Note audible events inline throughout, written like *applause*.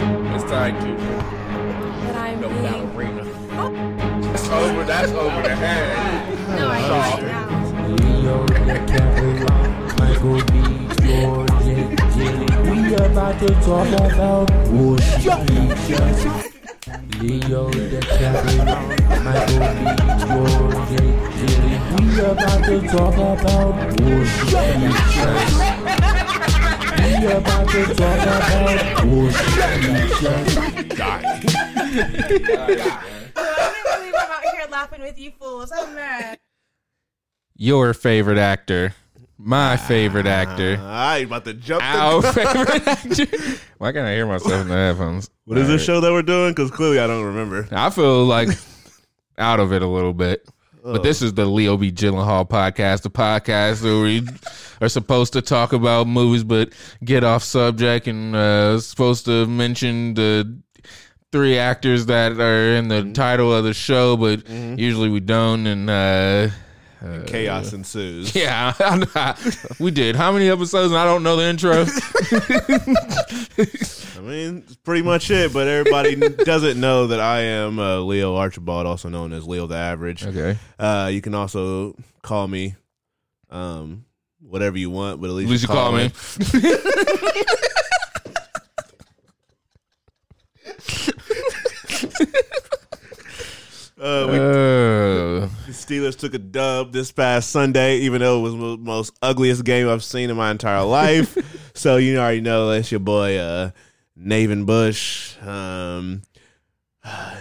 outside too. But I'm No, being- not arena. That's over. That's over the head. No, I Sorry. right now. Leo, Caroline, Michael B, Jordan, Jilly. We about to talk about bullshit. Leo, the Caroline, Michael B, Jordan, Jilly. We about to talk about bullshit. We about to talk about bullshit. Die. I can't believe I'm out here laughing with you fools. I'm mad. Your favorite actor. My favorite actor. I ain't Ah, about to jump. the- Our *laughs* favorite actor. Why can't I hear myself in the headphones? What is this show that we're doing? Because clearly I don't remember. I feel like *laughs* out of it a little bit. But this is the Leo B. Gyllenhaal podcast, the podcast where we are supposed to talk about movies but get off subject and uh, supposed to mention the three actors that are in the title of the show, but usually we don't. And uh, *laughs* *laughs* Chaos ensues. yeah, we did. How many episodes? And I don't know the intro. I mean, it's pretty much it. But everybody *laughs* doesn't know that I am uh, Leo Archibald, also known as Leo the Average. okay. Uh, you can also call me um, whatever you want, but at least, At least you call me. Uh, we, Uh, the Steelers took a dub this past Sunday, even though it was the most ugliest game I've seen in my *laughs* entire life. so you already know that's your boy uh, Naven Bush, um,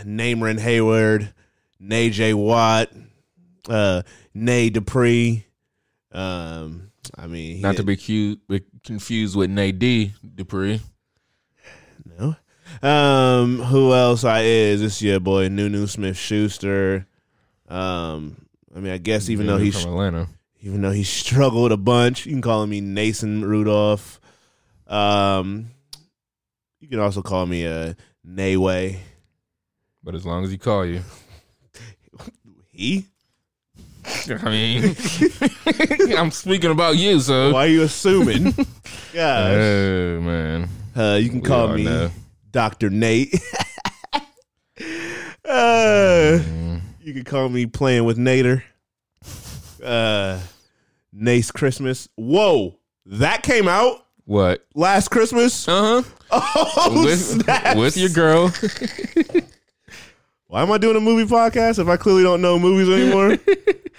Namarin Hayward, Nay J Watt, uh, Nay Dupree. Um, I mean, he not to didn't- be cute, but confused with Nadie Dupree. No. Um, who else I is? It's your boy Nunu Smith Schuster. Um, I mean, I guess even though he's from Atlanta. even though he *laughs* struggled a bunch. You can call me Nason Rudolph. Um, you can also call me uh, Nayway. But as long as he call *laughs* you, He? I mean, *laughs* I'm speaking about you, so. Why are you *laughs* assuming? Gosh. Oh man, Uh, you can We call all me know. Doctor Nate. *laughs* uh, you can call me playing with Nader. Uh, Nace Christmas. Whoa, that came out what? last Christmas. *laughs* Uh huh. Oh, With, snaps. with your girl. Why am I doing a movie podcast if I clearly don't know movies *laughs* anymore?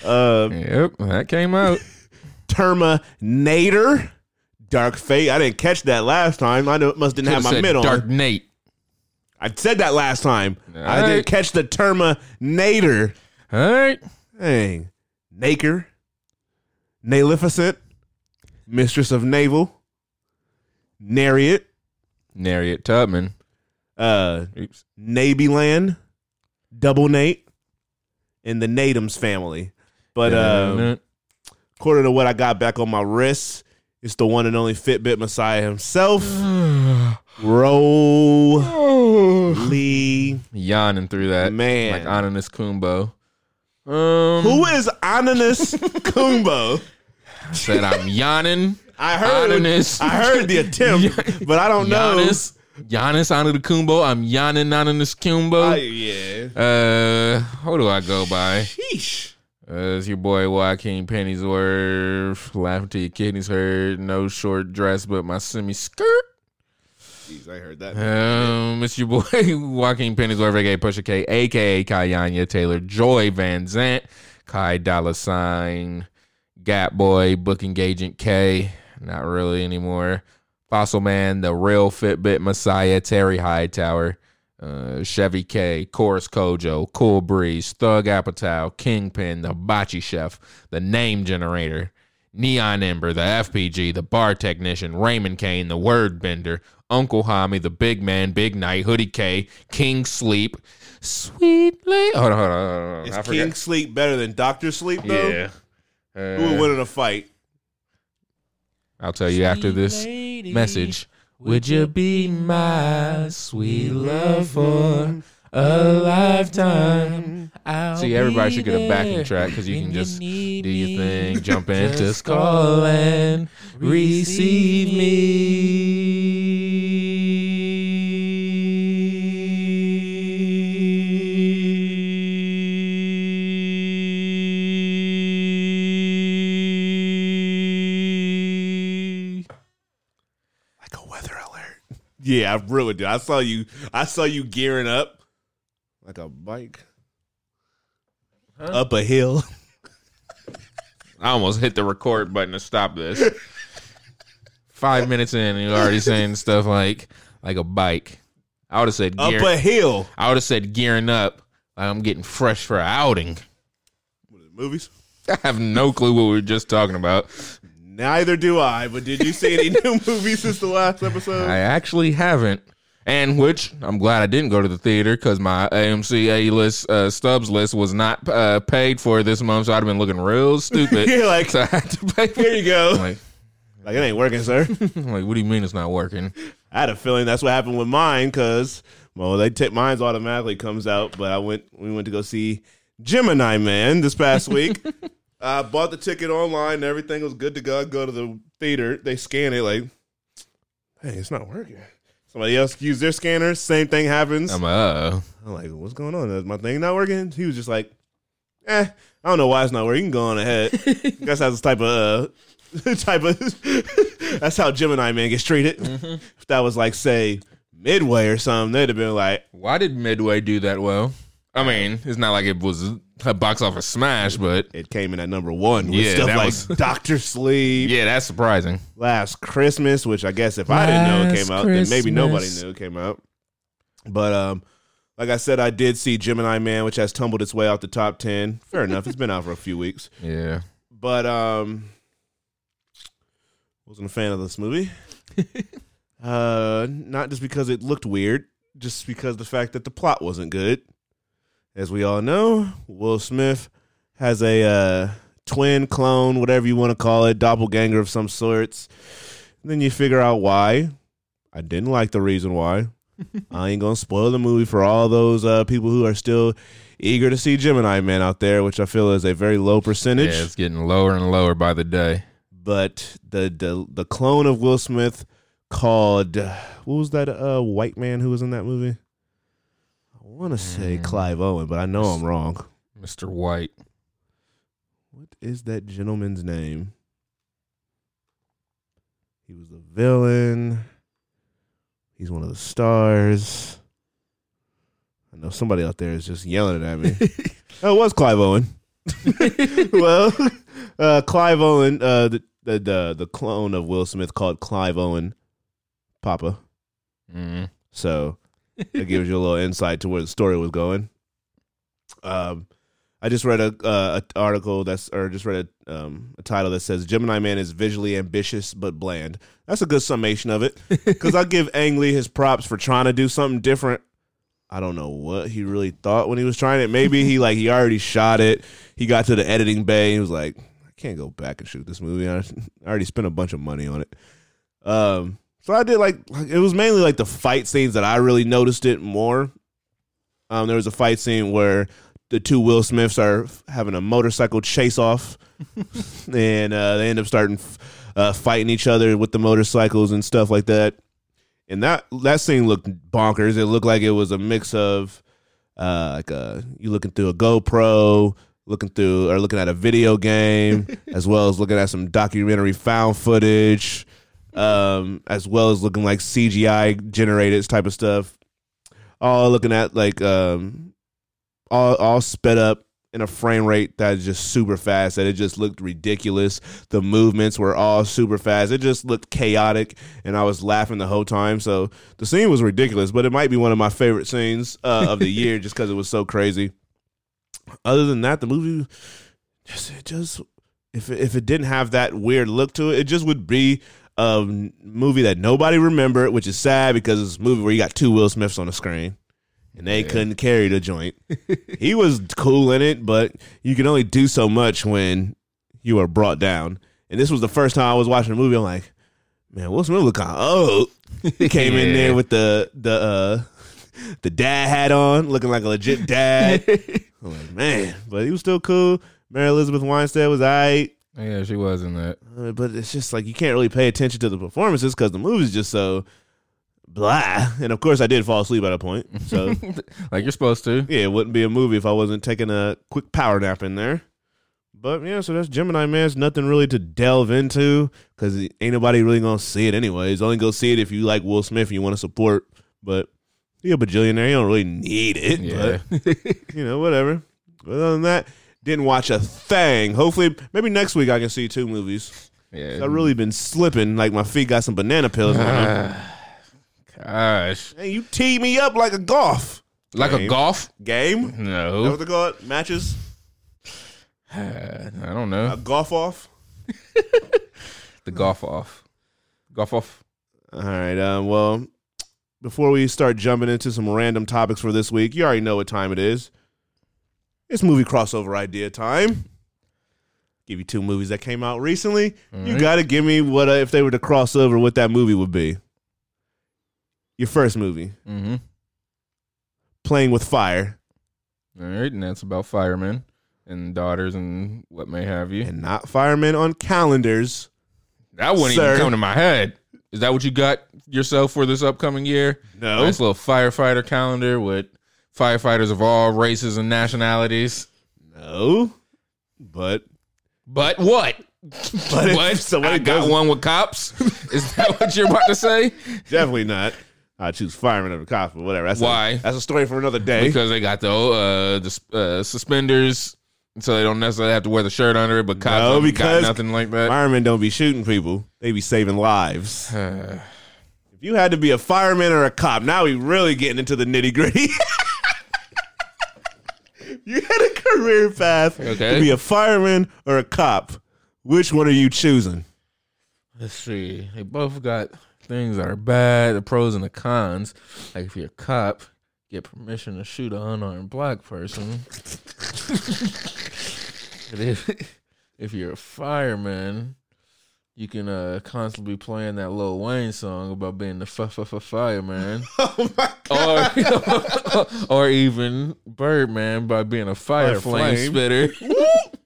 uh, Yep, that came *laughs* out. Terminator, Dark Fate. I didn't catch that last time. I know- must didn't have Could've my said mid on. Dark Nate. I said that last time. I Alright. didn't catch the Terminator. All right. Dang. Naker, Naleficent, Mistress of Navel, Nariot, Nariot Tubman. uh, Oops. Nabyland, Double Nate, and the Natums family. But um, according to what I got back on my wrist, it's the one and only Fitbit *sighs* Messiah himself, Roly. yawning through that Man. like Ananas Kumbo. Um, Who is *laughs* Ananas Kumbo? said I'm *laughs* yawning? I heard, Ananas. I heard *laughs* the attempt, but I don't know. Giannis, Giannis Ananas Kumbo. I'm yawning Ananas Oh, Kumbo. yeah. Uh, who do I go by? Sheesh. Uh, it's your boy Joaquin Pennyworth. Laughing till your kidneys hurt. No short dress, but my semi skirt. Jeez, I heard that. Um, it's your boy *laughs* Joaquin Pennyworth, aka Pusha K, aka Kayanya Taylor Joy Van Zant, Kai Dollar Sign, Gap Boy, Booking Agent K. Not really anymore. Fossil Man, the real Fitbit Messiah, Terry Hightower, uh, Chevy K, Chorus Kojo, Cool Breeze, Thug Apatow, Kingpin, the Bocce Chef, the Name Generator, Neon Ember, the FPG, the Bar Technician, Raymond Kane, the Word Bender, Uncle Hami, the Big Man, Big Night, Hoodie K, King Sleep, Sweet Lady. Hold on, hold on, hold on. hold on. Is I King forgot. Sleep better than Doctor Sleep, though? Yeah. Uh, Who would win in a fight? I'll tell you after this message. Would you be my sweet love for a lifetime? See, everybody should get a backing track because you can just do your thing, jump in, just call and receive me. Yeah, I really did. I saw you. I saw you gearing up like a bike up a hill. I almost hit the record button to stop this. *laughs* Five minutes in, and you're already saying stuff like like a bike. I would have said Up gear, a hill. I would have said gearing up. Like I'm getting fresh for an outing. Movies. *laughs* I have no clue what we were just talking about. Neither do I. But did *laughs* you see any new movies since the last episode? I actually haven't. And which I'm glad I didn't go to the theater because my AMC A list uh, stubs list was not uh, paid for this month, so I'd have been looking real stupid. *laughs* *laughs* You're *laughs* like, so I had to pay. for Here you go. I'm *laughs* like, Like it ain't working, sir. I'm like, what do you mean it's not working? I had a feeling that's what happened with mine because well, they take mine's automatically comes out, but I went we went to go see Gemini Man *laughs* this past week. I bought the ticket online, and everything was good to go. I go to the theater, they scan it like, hey, it's not working. Somebody else used their scanner, same thing happens. I'm like, uh, I'm like, what's going on? Is my thing not working? He was just like, eh, I don't know why it's not working. You can go *laughs* on ahead. Guess that's the type of uh, *laughs* type of that's how Gemini man gets treated. Mm-hmm. *laughs* If that was like say Midway or something, they'd have been like, why did Midway do that well? I mean, it's not like it was a box office smash, but it came in at number one with Yeah, stuff that like was- *laughs* Doctor Sleep, yeah, that's surprising. Last Christmas, which I guess if I didn't know it Last came out, then maybe nobody Christmas. knew it came out. But um, like I said, I did see Gemini Man, which has tumbled its way out the top ten. Fair enough, it's been out for a few weeks. Yeah, but um wasn't a fan of this movie uh not just because it looked weird just because the fact that the plot wasn't good as we all know will smith has a uh twin clone whatever you want to call it doppelganger of some sorts and then you figure out why i didn't like the reason why i ain't gonna spoil the movie for all those uh people who are still eager to see gemini man out there which i feel is a very low yeah, percentage it's getting lower and lower by the day. but the the the clone of Will Smith called what was that uh white man who was in that movie? I want to say Clive Owen, but I know I'm wrong. Mr. White, What is that gentleman's name? He was the villain. He's one of the stars. I know somebody out there is just yelling at me. oh, it was Clive Owen. well, uh, Clive Owen, uh, the, the the the clone of Will Smith called Clive Owen, Papa. mm. So that gives you a little insight to where the story was going. Um, I just read a uh, a article that's or just read a, um, a title that says Gemini Man is visually ambitious but bland. That's a good summation of it because I give Ang Lee his props for trying to do something different. I don't know what he really thought when he was trying it. Maybe he like he already shot it. He got to the editing bay. and He was like, I can't go back and shoot this movie. I I already spent a bunch of money on it. Um, so I did like, like it was mainly like the fight scenes that I really noticed it more. Um, there was a fight scene where the two Will Smiths are f- having a motorcycle chase off, and uh, they end up starting f- uh, fighting each other with the motorcycles and stuff like that. And that that scene looked bonkers. It looked like it was a mix of uh, like a you looking through a GoPro, looking through or looking at a video game, as well as looking at some documentary found footage, um, as well as looking like CGI generated type of stuff. All looking at like um, all all sped up in a frame rate that is just super fast. That it just looked ridiculous. The movements were all super fast. It just looked chaotic, and I was laughing the whole time. So the scene was ridiculous, but it might be one of my favorite scenes uh, of the year just because it was so crazy. Other than that, the movie just it just if it, if it didn't have that weird look to it, it just would be a n- movie that nobody remembered, which is sad because it's a movie where you got two Will Smiths on the screen. And they couldn't carry the joint. he was cool in it, but you can only do so much when you are brought down. And this was the first time I was watching a movie. I'm like, man, Will Smith look kind of old. He came in Yeah. there with the the uh, the dad hat on, looking like a legit dad. I'm like, man, but he was still cool. Mary Elizabeth Weinstein was all right. yeah, she was in that. Uh, but it's just like you can't really pay attention to the performances because the movie's just so blah. And of course, I did fall asleep at a point. So Like you're supposed to. yeah, it wouldn't be a movie if I wasn't taking a quick power nap in there. But yeah, so that's Gemini Man. It's nothing really to delve into because ain't nobody really gonna see it anyways. Only go see it if you like Will Smith and you want to support. But you're a bajillionaire, you don't really need it. Yeah. *laughs* But you know, whatever. But other than that, didn't watch a thing. Hopefully, maybe next week I can see two movies. yeah. I've really been slipping. Like my feet got some banana pills. in them. Gosh. Hey, you tee me up like a golf Like a Game. golf? game. That No. what they call it? Matches? Uh, I don't A know. golf off? The Uh, golf off. Golf off. All right. Um, well, before we start jumping into some random topics for this week, you already know what time it is. It's movie crossover idea time. Give you two movies that came out recently. You got to give me what uh, if they were to crossover, what that movie would be. Your first movie, Mm-hmm. Playing with Fire, All right, and that's about firemen and daughters and what may have you. and not Firemen on calendars. that wouldn't sir. even come to my head. Is that what you got yourself for this upcoming year? No. Nice little firefighter calendar with firefighters of all races and nationalities. No, but *laughs* But what? But if *laughs* what? somebody I got doesn't- one with cops. Is that what you're about to *laughs* say? definitely not. I choose Firemen over Cops, but whatever. That's a- Why? that's a story for another day. Because they got the uh, the uh, suspenders, so they don't necessarily have to wear the shirt under it. But cops No, ain't because got nothing like that. Firemen don't be shooting people; they be *sighs* saving lives. Uh, If you had to be a fireman or a cop, now we really getting into the nitty gritty. *laughs* you had a career path Okay. to be a fireman or a cop. Which one are you choosing? Let's see. They both got things that are bad, the pros and the cons. Like if you're a cop, get permission to shoot an unarmed black person. *laughs* And if, if you're a fireman, you can uh, constantly be playing that Lil Wayne song about being the f- f- f- fireman. *laughs* Oh my or, *laughs* or even Birdman by being a fire, Fire flame, flame. spitter.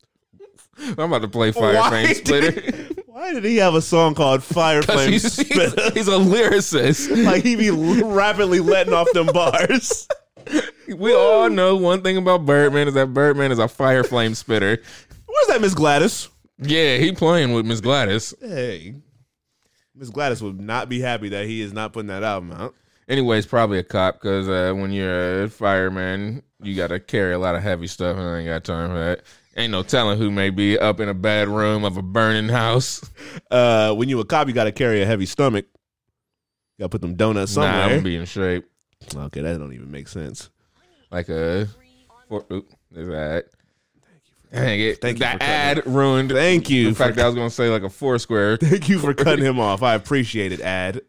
*laughs* I'm about to play fire Why flame did- *laughs* splitter. Why did he have a song *laughs* called Fire Because Flame? he's, he's, Spit? he's a lyricist. *laughs* like he be rapidly letting off them bars. *laughs* We all know one thing about Birdman is that Birdman is a fire flame spitter. *laughs* Where's that Miss Gladys? Yeah, he playing with Miss Gladys. Hey, Miss Gladys would not be happy that he is not putting that album out. Anyways, probably a cop because uh, when you're a fireman, you got to carry a lot of heavy stuff, and I ain't got time for that. Ain't no telling who may be up in a bad room of a burning house. *laughs* uh, when you a cop, you got to carry a heavy stomach. You got to put them donuts Nah, I'm somewhere. gonna be in shape. okay, that don't even make sense. *laughs* Like a four, oop, there's that. Dang it! Thank you for that ad cutting ruined. Thank you. In For, fact, I was gonna say like a four *laughs* square. thank you for cutting him off. I appreciate it, Ad.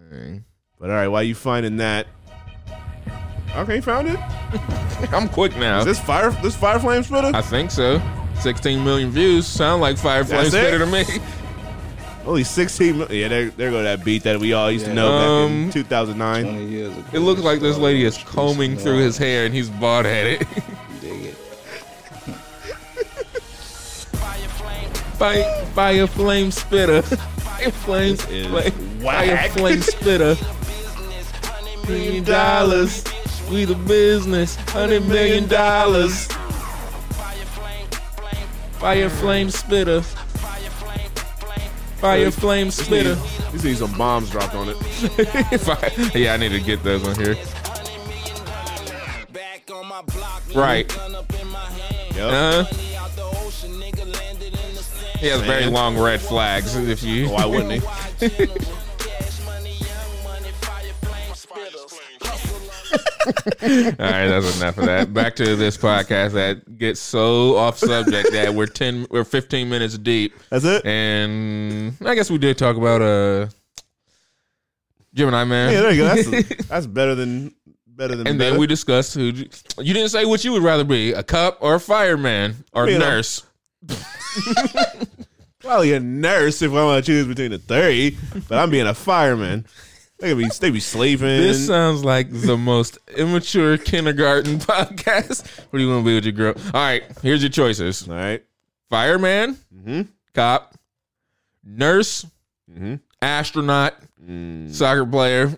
But all right, why you finding that? Okay, you found it. I'm quick now. Is this fire? This fire flame spitter? I think so. 16 million views sound like Fire Flame That's it? Spitter to me. Only sixteen. mil- Yeah, there, there go that beat that we all used to know back in Um, two thousand nine. 20 years ago. It looks like this so lady is it's combing just through not his hair and he's bald headed. *laughs* dig it. Fire, fire Flame Spitter. Fire Flame is Spitter. Fire whack. Flame Spitter. Million dollars. We the business. Hundred million dollars. Fire Flame Spitter. Fire Flame Spitter. *laughs* You see some bombs dropped on it. If I- yeah, I need to get those on here. Back on my block, me Right. gun up in my hand. Yep. *laughs* Uh, Money out the ocean, nigga landed in the sand. he has very long red flags. If you *laughs* Why wouldn't he? Watch in 'em. Cash money, young money, fire flame spitters. Hustle on All right, that's enough of that. Back to this podcast that gets so off subject that we're ten, we're fifteen minutes deep, That's it. and I guess we did talk about uh, Gemini Man. Yeah, there you go. *laughs* That's, that's better than better than. and better. then we discussed who you didn't say what you would rather be a cop or a fireman or You know. nurse. Probably a nurse if I want to choose between the three, but I'm being a fireman. They could be they be sleeping. This uh, sounds like the most immature kindergarten *laughs* podcast. What do you want to be with your girl? All right, here's your choices: All right. fireman, Mhm. cop, nurse, Mhm. astronaut, soccer player.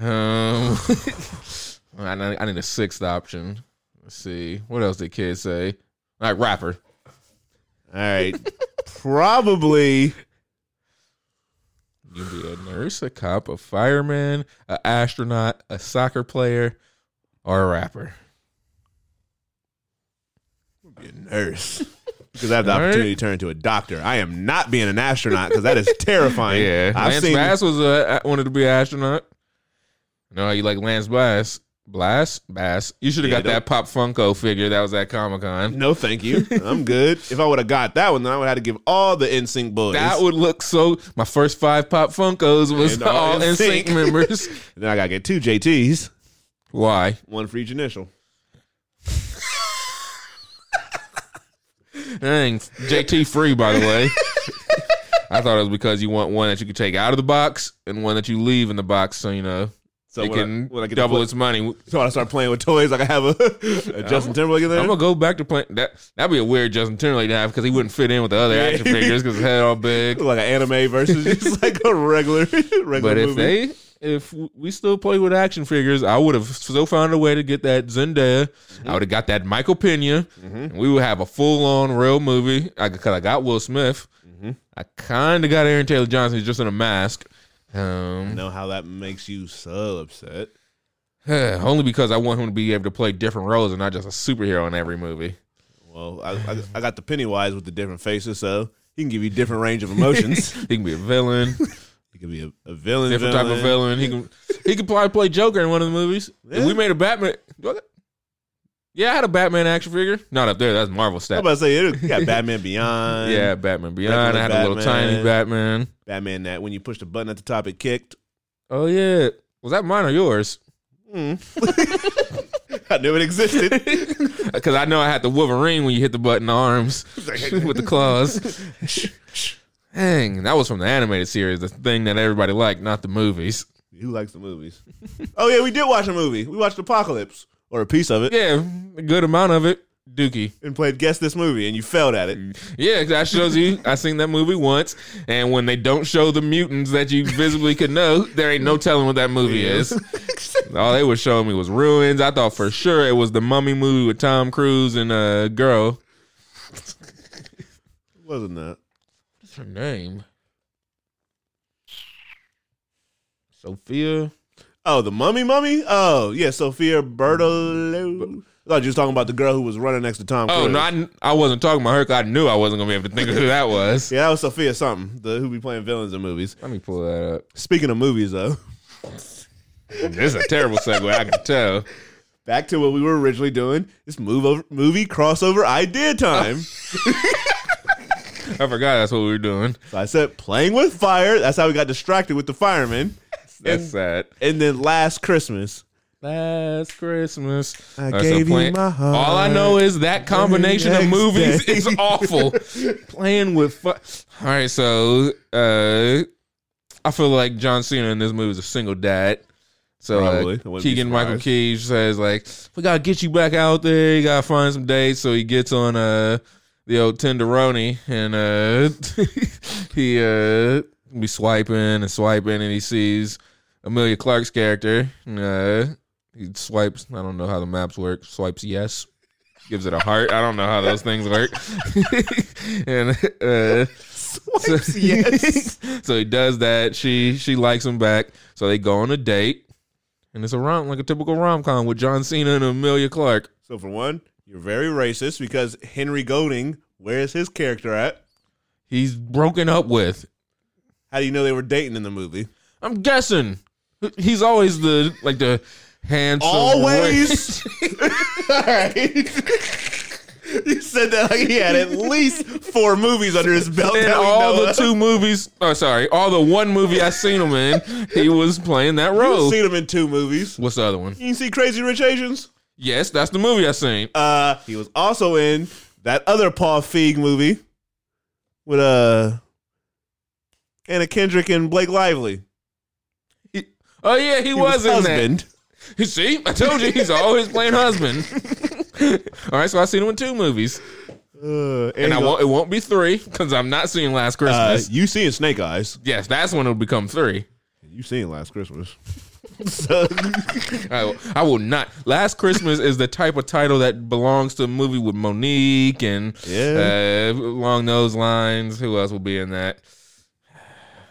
Um, *laughs* I, need, I need a sixth option. Let's see. What else did kids say? All right, rapper. All right. Probably You'd be a nurse, a cop, a fireman, an astronaut, a soccer player, or a rapper. be a nurse. Because I have the All right. opportunity to turn into a doctor. I am not being an astronaut *laughs* because that is terrifying. Yeah, I've Lance seen Bass was uh, a wanted to be an astronaut. You know how you like Lance Bass? Blast Bass. You should have Yeah, got that Pop Funko figure that was at Comic Con. No, thank you. I'm good. if I would have got that one, then I would have had to give all the NSYNC boys. That would look so. My first five Pop Funkos was And all all in NSYNC sync. *laughs* members. then I gotta get two JTs, Why? one for each initial. Dang, JT free by the *laughs* way. I thought it was because you want one that you could take out of the box and one that you leave in the box, so you know So it when I- can when I get to double play- its money. So when I start playing with toys, like I have a, *laughs* a Justin Timberlake in there. I'm gonna go back to playing that. That'd be a weird Justin Timberlake to have because he wouldn't fit in with the other Yeah. action figures because his head all big. *laughs* like an anime versus just *laughs* like a regular regular But if movie. they, if we still play with action figures, I would have still found a way to get that Zendaya. Mm-hmm. I would have got that Michael Pena. And we would have a full on real movie. I because I got Will Smith. Mm-hmm. I kind of got Aaron Taylor Johnson he's just in a mask. Um, know how that makes you so upset. *sighs* only because I want him to be able to play different roles and not just a superhero in every movie. Well, I, I, I got the Pennywise with the different faces, so he can give you different range of emotions. *laughs* He can be a *laughs* villain, he could be a, a villain, different type of villain. He can he could probably play Joker in one of the movies. If Yeah. We made a Batman. do I got- Yeah, I had a Batman action figure. Not up there. That's Marvel I'm stat. about to say it- you got *laughs* Batman Beyond. Yeah, Batman Beyond. I had a little Batman. tiny Batman. Batman that when you push the button at the top, it kicked. *laughs* Oh yeah, was that mine or yours? *laughs* I knew it existed. *laughs* Because I know I had the Wolverine when you hit the button arms *laughs* with the *laughs* claws. Dang, that was from the animated series, the thing that everybody liked, not the movies. Who likes the movies? Oh yeah, we did watch a movie. We watched Apocalypse or a piece of it, Yeah, a good amount of it. Dookie. and played guess this movie, and you failed at Mm. it. Yeah, 'cause that shows you. I seen that movie once, and when they don't show the mutants that you visibly could know, there ain't no telling what that movie *laughs* is. All they were showing me was ruins. I thought for sure it was the Mummy movie with Tom Cruise and a girl. Wasn't that? What's her name? Sophia. Oh, the mummy, mummy. Oh yeah, Sophia Bertolo. I thought you was talking about the girl who was running next to Tom. Oh Cruise. no, I, kn- I wasn't talking about her. 'cause I knew I wasn't gonna be able to think of who that *laughs* was. yeah, that was Sophia something. The who be playing villains in movies. Let me pull that up. Speaking of movies, though, *laughs* This is a terrible segue. I can tell. back to what we were originally doing. It's move over, movie crossover idea time. Oh. I forgot that's what we were doing. so I said playing with fire. That's how we got distracted with the fireman. That's And- sad. And then last Christmas, Last Christmas, I All right, gave you my heart. All I know is that combination of next movies day. is *laughs* awful. Playing with fu- All right, so uh, I feel like John Cena in this movie is a single dad. So Probably. I like, wouldn't be Keegan Michael surprised. Key says like, "We gotta get you back out there. You gotta find some dates." So he gets on uh the old tenderoni and uh *laughs* he uh be swiping and swiping and he sees Amelia Clark's character. Uh, he swipes. I don't know how the maps work. Swipes yes, gives it a heart. I don't know how those things work. *laughs* and uh, so, *laughs* yes. so he does that. She she likes him back. So they go on a date, and it's a rom like a typical rom com with John Cena and Amelia Clark. So for one, you're very racist because Henry Golding, where is his character at? He's broken up with. How do you know they were dating in the movie? I'm guessing he's always the like the handsome. Always. All right. you said that like *laughs* he had at least four movies under his belt. In that *laughs* we *laughs* all know the of. two movies, oh sorry, all the one movie I seen him in, he was playing that You've role. seen him in two movies. What's the other one? You see Crazy Rich Asians? Yes, that's the movie I seen. Uh, he was also in that other Paul Feig movie with uh Anna Kendrick and Blake Lively. He- oh yeah, he, was, in husband. *laughs* that. See, I told you he's always playing *laughs* husband. all right, so I seen him in two movies, Uh, and I he won't. It won't be three because I'm not seeing Last Uh, Christmas. you seen Snake Eyes? yes, that's when it'll become three. You seen Last Christmas? *laughs* So, I will, I will not. Last Christmas is the type of title that belongs to a movie with Monique and Yeah. uh, along those lines. Who else will be in that?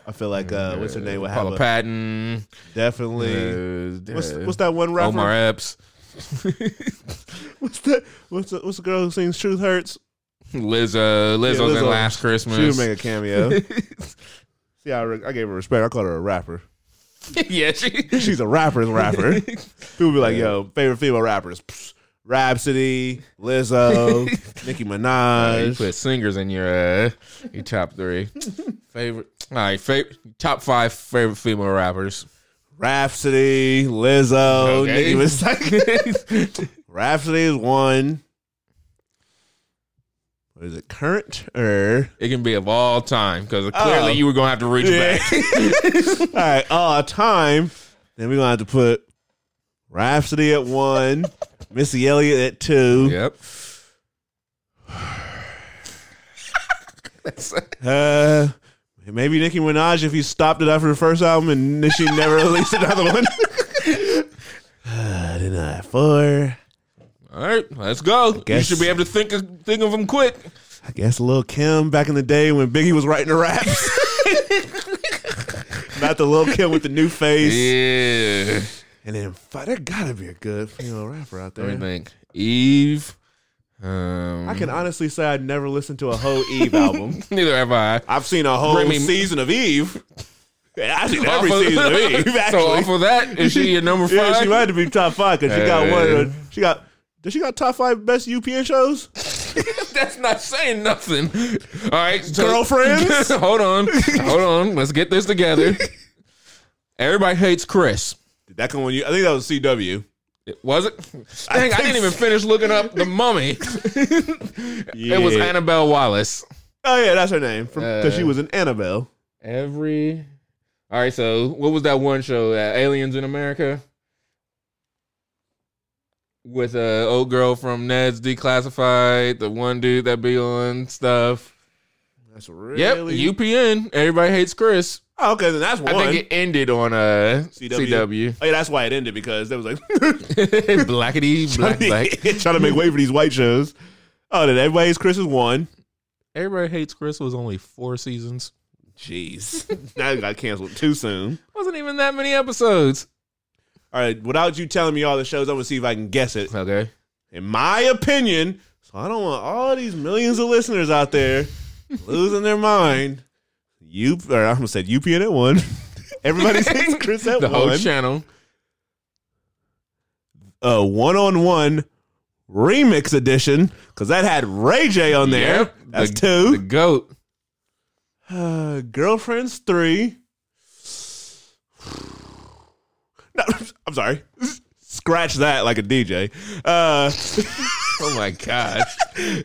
I feel like uh, what's her name would have Paula a, Patton. definitely. uh, what's uh, what's that one rapper? Omar Epps, *laughs* *laughs* What's that? What's the, what's the girl who sings "Truth Hurts"? Lizzo, Lizzo's Yeah, in Lizzo. Last She would Christmas. make a cameo. *laughs* See, I, re- I gave her respect. I called her a rapper. *laughs* yeah, she. She's a rapper's *laughs* rapper. People be like, "Yo, favorite female rappers." Psh, Rhapsody, *laughs* Lizzo, Nicki You Minaj. put singers in your uh, your top *laughs* three favorite. All right, fa- top five favorite female rappers. *laughs* Rhapsody, Lizzo, Okay. *laughs* Nicki Minaj. Rhapsody is one. What is it? Current or It can be of all time because clearly Oh. you were gonna have to reach Yeah. back. *laughs* all right, all time. Then we're gonna have to put Rhapsody at one, Missy Elliott at two. Yep. Uh, maybe Nicki Minaj if he stopped it after the first album and then she never *laughs* released another one. uh, then I have four. All right, let's go. You guess- should be able to think of, think of them quick. I guess Lil Kim back in the day when Biggie was writing the raps. *laughs* Not the Lil Kim with the new face. Yeah. And then five, there gotta be a good female rapper out Let me there. think. Eve. Um, I can honestly say I never listened to a whole Eve album. *laughs* Neither have I. I've seen a whole Bring me- season of Eve. Yeah, I've seen every Off of- *laughs* season of Eve. Actually. So off of that, is she your number five? *laughs* Yeah, she might have to be top five because she got one. Hey. Of, the- she got. Did she got top five best UPN shows? *laughs* That's not saying nothing. All right, so- Girlfriends? *laughs* hold on, hold on. Let's get this together. Everybody hates Chris. Did that come when you? I think that was CW. It was it? Dang, I, didn't even finish looking up the mummy. It was Yeah. Annabelle Wallace. Oh yeah, that's her name because she Uh, was in Annabelle. Every. All right, so what was that one show? Uh, Aliens in America. With a uh, old girl from Ned's Declassified, the one dude that be on stuff. That's really. Yep, UPN. Everybody hates Chris. Oh, okay, then that's one. I think it ended on uh, CW. CW. Oh yeah, that's why it ended because they was like *laughs* *laughs* *laughs* Blackity, black, trying black. to make way for these white shows. Oh, then everybody's Chris is one. Everybody Hates Chris was only four seasons. Jeez, *laughs* now it got canceled too soon. Wasn't even that many episodes. All right, without you telling me all the shows, I'm gonna see if I can *laughs* guess it. Okay. in my opinion. So I don't want all these millions of listeners *laughs* out there losing their mind. You, or I'm gonna say UPN at one. *laughs* *laughs* Everybody says Chris at The whole one. channel. A one on one remix edition because that had Ray J on there. Yep. That's the, The two. GOAT. uh, girlfriends three. *sighs* No, *laughs* I'm sorry. Scratch that like a DJ. Uh, Oh my God.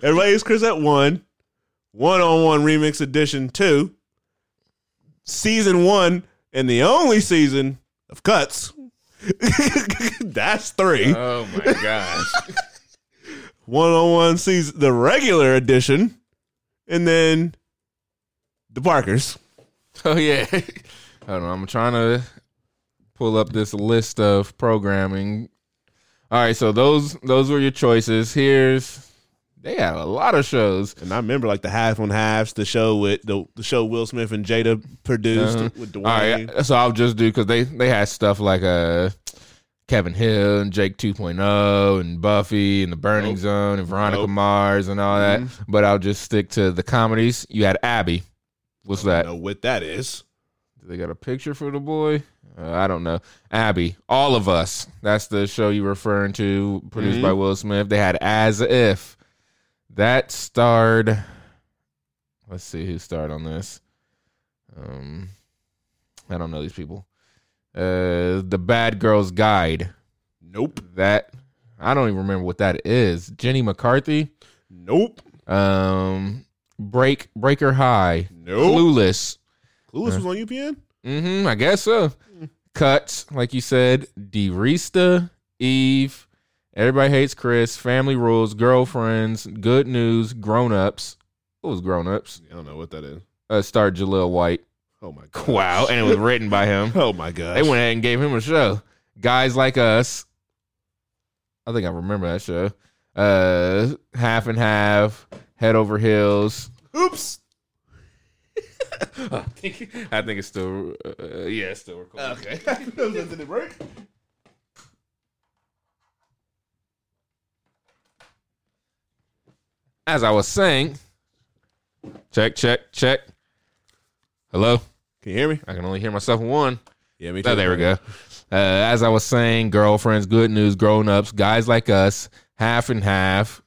Everybody is Chris at one. One on one remix edition two. Season one and the only season of cuts. *laughs* That's three. oh my gosh. One on one season, the regular edition, and then the Parkers. *laughs* Oh yeah. Hold on. I'm trying to pull up this list of programming. All right, so those those were your choices. Here's they had a lot of shows. And I remember like the half on halves, the show with the, the show Will Smith and Jada produced Uh-huh. with All Dwayne. right, so I'll just do because they they had stuff like uh Kevin Hill and Jake 2.0 and Buffy and the Burning Nope. Zone and Veronica Nope. Mm-hmm. Mars and all that. But I'll just stick to the comedies. You had Abby. What's I that? know what that is. Do They got a picture for the boy. Uh, I don't know. Abby, all of us. That's the show you're referring to, produced Mhm. by Will Smith. They had As If. That starred. Let's see who starred on this. Um, I don't know these people. Uh, the Bad Girls Guide. Nope. That I don't even remember what that is. Jenny McCarthy. Nope. Um, Break Breaker High. Nope. Clueless. Clueless was on UPN? Mm-hmm. I guess so. Cuts, like you said, Derista, Eve, Everybody Hates Chris, Family Rules, Girlfriends, Good News, Grown Ups. What was Grown Ups? I don't know what that is. Uh, starred Jaleel White. Oh my god. Wow, and it was written by him. Oh my god. They went ahead and gave him a show. Guys Like Us. I think I remember that show. Uh, half and half, head over heels. Oops. *laughs* I think I think it's still, uh, yeah, it's still recording. Okay. *laughs* Did it work? As I was saying, check, check, check. Hello, Can you hear me? I can only hear myself one. Yeah, me Oh, there we go. Uh, as I was saying, girlfriends, good news, grown ups, guys like us, half and half.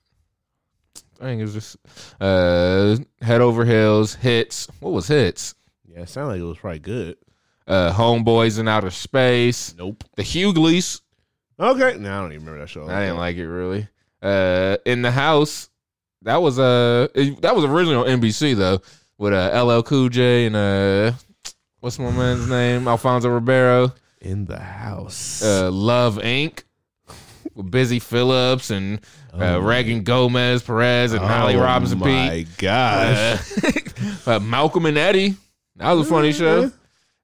I think it was just uh, head over heels, hits. What was hits? Yeah, it sounded like it was probably good. Uh, homeboys in outer space. Nope. The Hughleys. Okay. No, I don't even remember that show. I didn't like it really. Uh, in the house. That was uh it- that was originally on NBC though with uh, LL Cool J and uh what's my man's name Alfonso Ribeiro. In the house. uh, Love Inc. with Busy Phillips and uh, Reagan Gomez Perez and Holly Robinson Oh Pete. *laughs* my gosh. Uh, uh, Malcolm and Eddie. That was a funny Mm-hmm. show.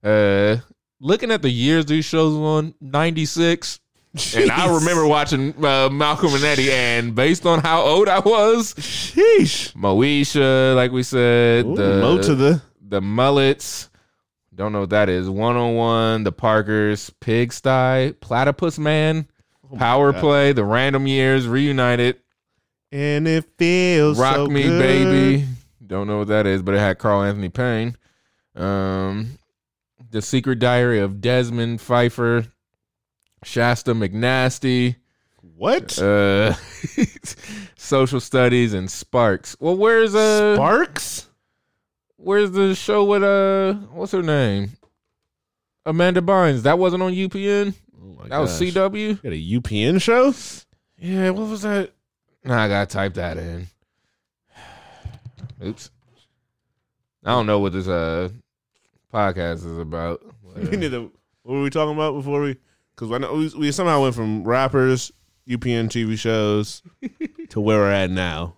Uh, looking at the years these shows were on, 96. And I Jeez. remember watching uh, Malcolm and Eddie, and based on how old I was, Sheesh. Moesha, like we said, Ooh, the Mo to the the mullets. Don't know what that is. One on one, the Parkers, Pigsty, Platypus Man, Power Oh God. Play, the Random Years, Reunited, and it feels Rock so Me good. Baby. Don't know what that is, but it had Carl Anthony Payne. Um, the Secret Diary of Desmond Pfeiffer, Shasta McNasty, What? uh, *laughs* Social Studies, and Sparks. Well, where's uh, Sparks? Where's the show with uh what's her name? Amanda Bynes. That wasn't on UPN. Oh my That was CW. Got a UPN show? Yeah, what was that? Nah, I gotta type that in. *sighs* Oops. I don't know what this uh podcast is about. *laughs* We need to- what were we talking about before we? Because I know we, we somehow went from rappers, UPN TV *laughs* shows, to where we're at now.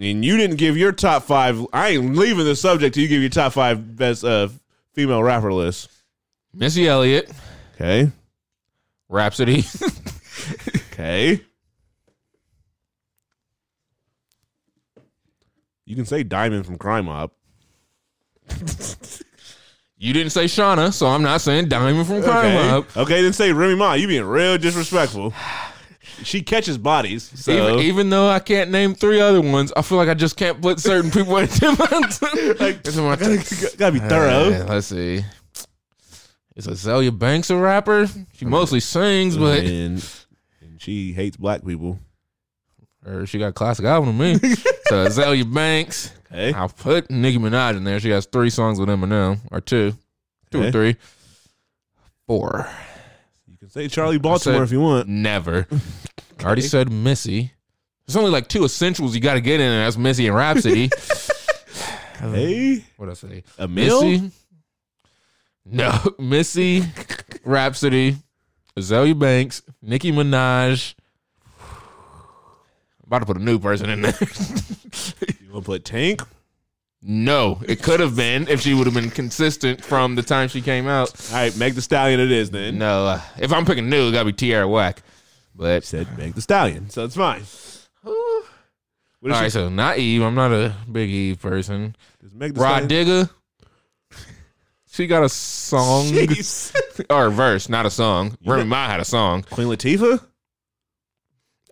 And you didn't give your top five. I ain't leaving the subject till you give your top five best uh, female rapper list. Missy Elliott, Okay. Rhapsody, *laughs* Okay. You can say Diamond from Crime Mob. You didn't say Shauna, so I'm not saying Diamond from Crime Okay. Up. Okay, then say Remy Ma. You being *sighs* real disrespectful. She catches bodies. So Even, even though I can't name three other ones, I feel like I just can't put certain people into my. *laughs* Like, into my gotta, gotta be thorough. Uh, let's see. Is Azalea Banks a rapper? She mostly sings, but and, and she hates black people. or she got a classic album to me. so Azalea Banks. Okay. I'll put Nicki Minaj in there. She has three songs with Eminem, or two, two Okay. or three, four. You can say Charlie Baltimore said- if you want. Never. I already said Missy. There's only like two essentials you got to get in, and that's Missy and Rhapsody. Hey, What I say? a mill? Missy. No, *laughs* Missy, Rhapsody, Azalea Banks, Nicki Minaj. About to put a new person in there. *laughs* You want to put Tank? no, it could have been if she would have been consistent from the time she came out. All right, Meg the Stallion it is then. No, uh, if I'm picking new, it gotta be Tierra Whack. But Said Meg the Stallion, so it's fine. What all is right, she- so not Eve. I'm not a big Eve person. is Meg the Rod Stallion? Digger. She got a song *laughs* Jeez. or a verse, not a song. Remy Ma had a song. Queen Latifah?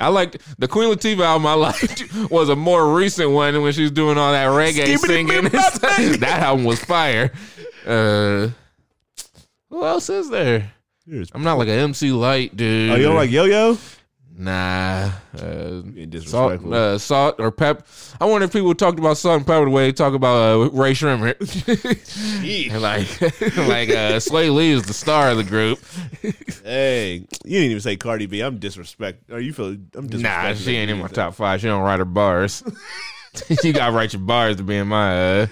I liked the Queen Latifah album. I *laughs* liked was a more recent one when she was doing all that reggae singing. and stuff. *laughs* that album was fire. Uh, who else is there? Here's- I'm not like an MC Light dude. Oh, you don't like Yo Yo? Nah. Uh, Being salt, disrespectful. uh, salt or pep. I wonder if people talked about salt and pepper the way they talk about uh, Ray *laughs* Shrimmer. And like, like uh, Slay Lee is the star of the group. hey, you didn't even say Cardi B. I'm disrespect. Are you feel? I'm disrespectful. Nah, she ain't in my top five. She don't write her bars. *laughs* you gotta write your bars to be in my uh,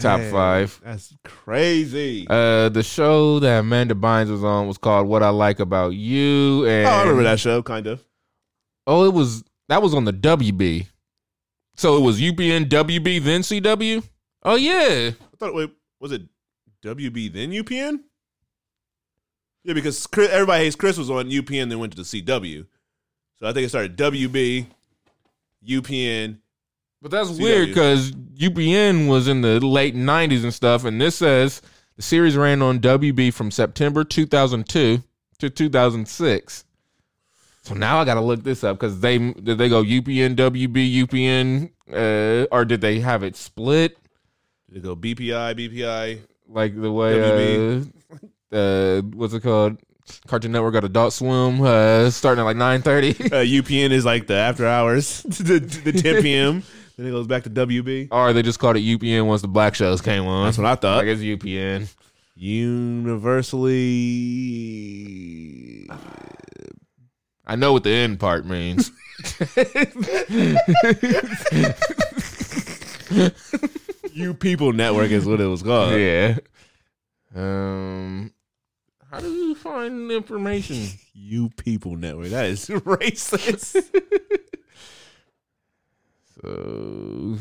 top five. That's crazy. Uh, the show that Amanda Bynes was on was called "What I Like About You," and oh, I remember that show, kind of. oh, it was that was on the WB. So it was UPN, WB, then CW. Oh yeah, I thought. Wait, was it WB then UPN? Yeah, because Chris, everybody hates Chris was on UPN, then went to the CW. So I think it started WB, UPN. But that's weird because UPN was in the late 90s and stuff. And this says the series ran on WB from September 2002 to 2006. So now I got to look this up because they did they go UPN, WB, UPN, uh, or did they have it split They go BPI, BPI. like the way uh, uh, what's it called? Cartoon Network got Adult Swim uh, starting at like 9:30. Uh, UPN is like the after hours, *laughs* the, the *laughs* 10 p.m. then it goes back to WB. *laughs* or they just called it UPN once the black shows came on. That's what I I thought. guess UPN. Universally. I know what the end part means. You People Network is what it was called. yeah. Um, how do you find information? You People Network. That is *laughs* racist. So,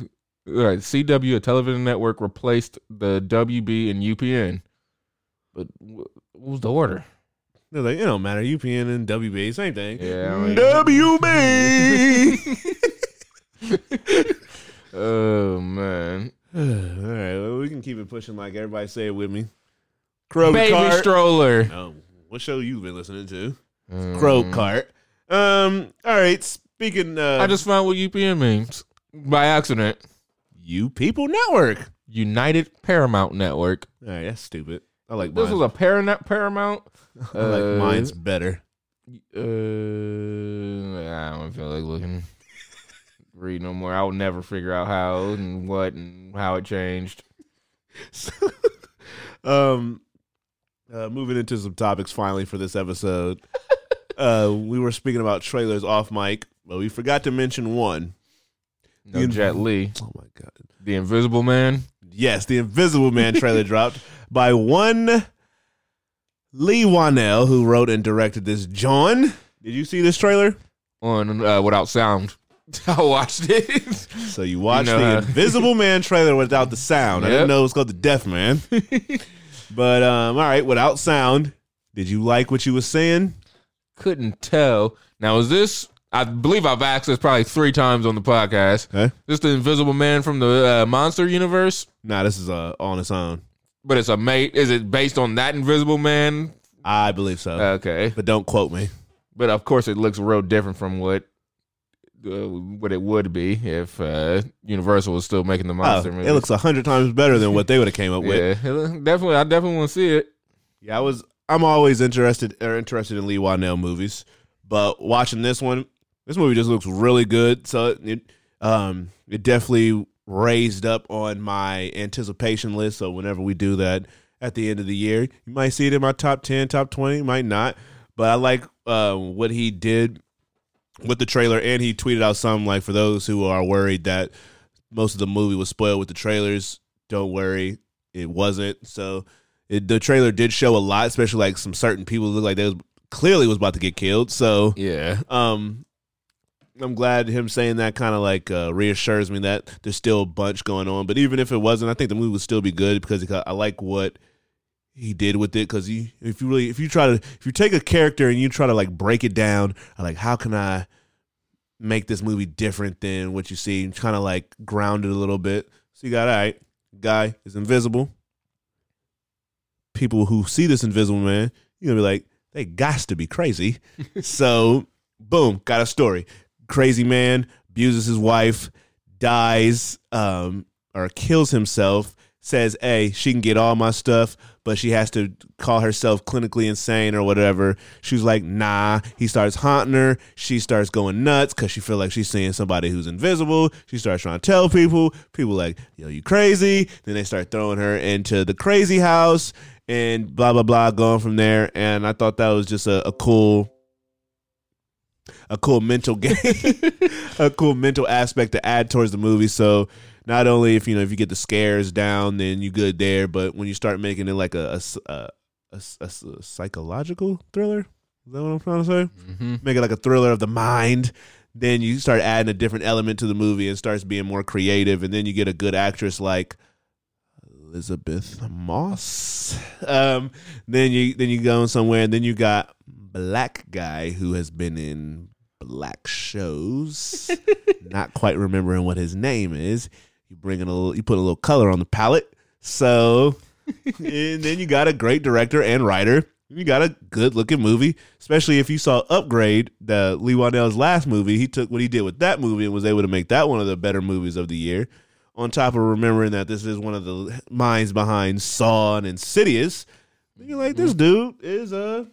all right, CW, a television network, replaced the WB and UPN. But wh- what was the order? They're like, it don't matter. UPN and WB, same thing. Yeah, I mean- *laughs* *sighs* WB. Oh man, All right, well, we can keep it pushing like everybody say it with me. Crow baby cart. stroller. oh, what show you been listening to? Um, Crow cart. Um. All right. Speaking. Of I just found what UPN means by accident. you people network. United Paramount Network. All right, that's stupid. I like This mine. was a Paramount. Paramount. I like uh, mine's better. Uh, I don't feel like looking, read no more. I'll never figure out how and what and how it changed. um, uh, moving into some topics finally for *laughs* this episode. uh, we were speaking about trailers off mic, but we forgot to mention one. No The- Jet Li, Oh my god! the Invisible Man. Yes, the Invisible Man *laughs* trailer dropped by one Lee Wanell, who wrote and directed this. John, did you see this trailer? on uh, without sound. *laughs* I watched it. So you watched know the how- Invisible Man trailer without the sound. I didn't Yep. know it was called the *laughs* Deaf Man. but um, all right, without sound, did you like what you was saying? Couldn't tell. Now is this? I believe I've asked this probably three times on the podcast. Okay. This the Invisible Man from the uh, Monster Universe, Nah, this is uh, on its own. but it's a mate. Is it based on that Invisible Man? I believe so, Okay, but don't quote me. but of course it looks real different from what uh, what it would be if uh, Universal was still making the Oh, monster movie. it looks a hundred times better than what they would *laughs* have came up yeah, with. it look- definitely. I definitely want to see it. Yeah, I was. I'm always interested or interested in Lee Wanell movies, but watching this one, this movie just looks really good. So it, um, it definitely raised up on my anticipation list. So whenever we do that at the end of the year, you might see it in my top ten, top twenty, might not. But I like uh, what he did with the trailer, and he tweeted out something like, "For those who are worried that most of the movie was spoiled with the trailers, don't worry, it wasn't." So it, the trailer did show a lot, especially like some certain people look like they was clearly was about to get killed. So Yeah, um, I'm glad him saying that kind of like uh, reassures me that there's still a bunch going on. But even if it wasn't, I think the movie would still be good because it- I like what he did with it. Because if you really, if you try to, if you take a character and you try to like break it down, like how can I make this movie different than what you see? Kind of like grounded a little bit. So you got all right, guy is invisible. People who see this invisible man, you're gonna be like, they got to be crazy. so boom, got a story. Crazy man abuses his wife, dies, um, or kills himself. Says, "Hey, she can get all my stuff, but she has to call herself clinically insane or whatever." She's like, "Nah." He starts haunting her. She starts going nuts because she feel like she's seeing somebody who's invisible. She starts trying to tell people. People like, "Yo, you crazy?" Then they start throwing her into the crazy house and blah blah blah, going from there. And I thought that was just a, a cool a cool mental *laughs* game, a cool mental aspect to add towards the movie. So not only if you know if you get the scares down, then you good there. But when you start making it like a a s- a- a s- a s- a psychological thriller, is that what I'm trying to say? hmm Make it like a thriller of the mind. Then you start adding a different element to the movie and starts being more creative. And then you get a good actress like Elizabeth Moss. Um, then you then you go somewhere, and then you got black guy who has been in black shows. Not quite remembering what his name is. You bring in a little, you put a little color on the palette. So, and then you got a great director and writer. You got a good looking movie, especially if you saw Upgrade, the Lee Wannell's last movie. He took what he did with that movie and was able to make that one of the better movies of the year on top of remembering that this is one of the minds behind Saw and Insidious, then you're like, this dude is a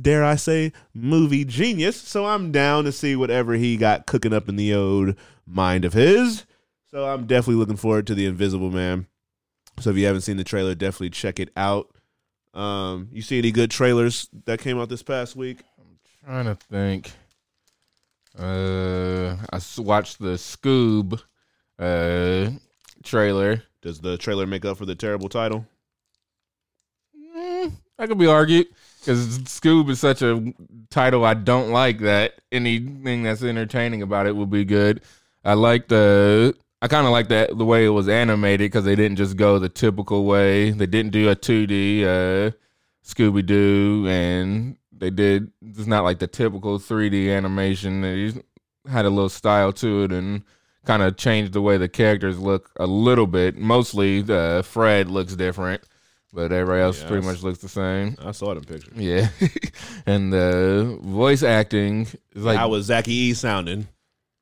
dare I say movie genius. So I'm down to see whatever he got cooking up in the old mind of his. So I'm definitely looking forward to the Invisible Man. So if you haven't seen the trailer, definitely check it out. Um, you see any good trailers that came out this past week? Trying to think. Uh, I s- watched the Scoob uh trailer. Does the trailer make up for the terrible title? Mm, that could be argued because Scoob is such a title I don't like that anything that's entertaining about it would be good. I like the. I kind of like that the way it was animated because they didn't just go the typical way. They didn't do a 2D uh, Scooby Doo, and they did. It's not like the typical 3D animation. They had a little style to it, and kind of changed the way the characters look a little bit. Mostly, uh, Fred looks different, but everybody else Yeah, pretty much that's- looks the same. I saw it in pictures. Yeah, *laughs* and the voice acting is like How was Zachy E sounding?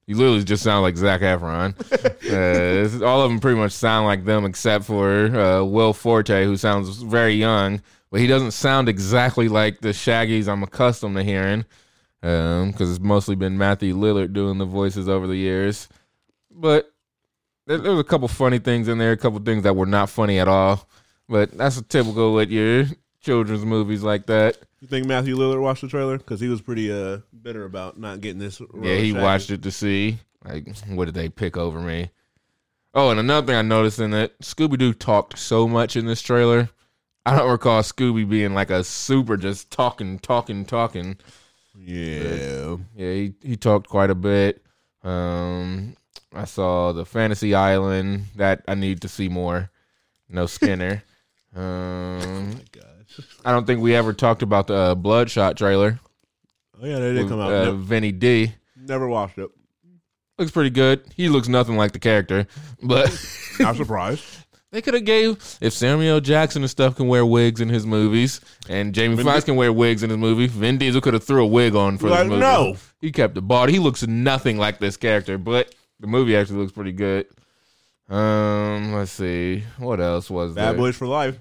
you literally just sound like Zach Efron. uh, this is- all of them pretty much sound like them, except for uh, Will Forte, who sounds very young, but he doesn't sound exactly like the Shaggies I'm accustomed to hearing, because it's mostly been Matthew Lillard doing the voices over the years. But there, there was a couple funny things in there, a couple things that were not funny at all. But that's typical with your children's movies like that. You think Matthew Lillard watched the trailer? Because he was pretty uh, bitter about not getting this. role Yeah, he as Shaggy. watched it to see like what did they pick over me. Oh, and another thing I noticed in that Scooby Doo talked so much in this trailer. I don't recall Scooby being like a super just talking, talking, talking. Yeah, Yeah, he, he talked quite a bit. Um, I saw the Fantasy Island that I need to see more. No *laughs* Skinner. um, gosh. I don't think we ever talked about the uh, Bloodshot trailer. Oh yeah, they did come out. Uh, Nev- Vinny D. Never watched it. looks pretty good. He looks nothing like the character, but *laughs* Not surprised. they could have gave if Samuel Jackson and stuff can wear wigs in his movies, and Jamie Vin Foxx can wear wigs in his movie. Vin Diesel could have threw a wig on for Like, this movie. no. he kept the body. He looks nothing like this character, but the movie actually looks pretty good. Um, let's see what else was Bad there? Boys for Life.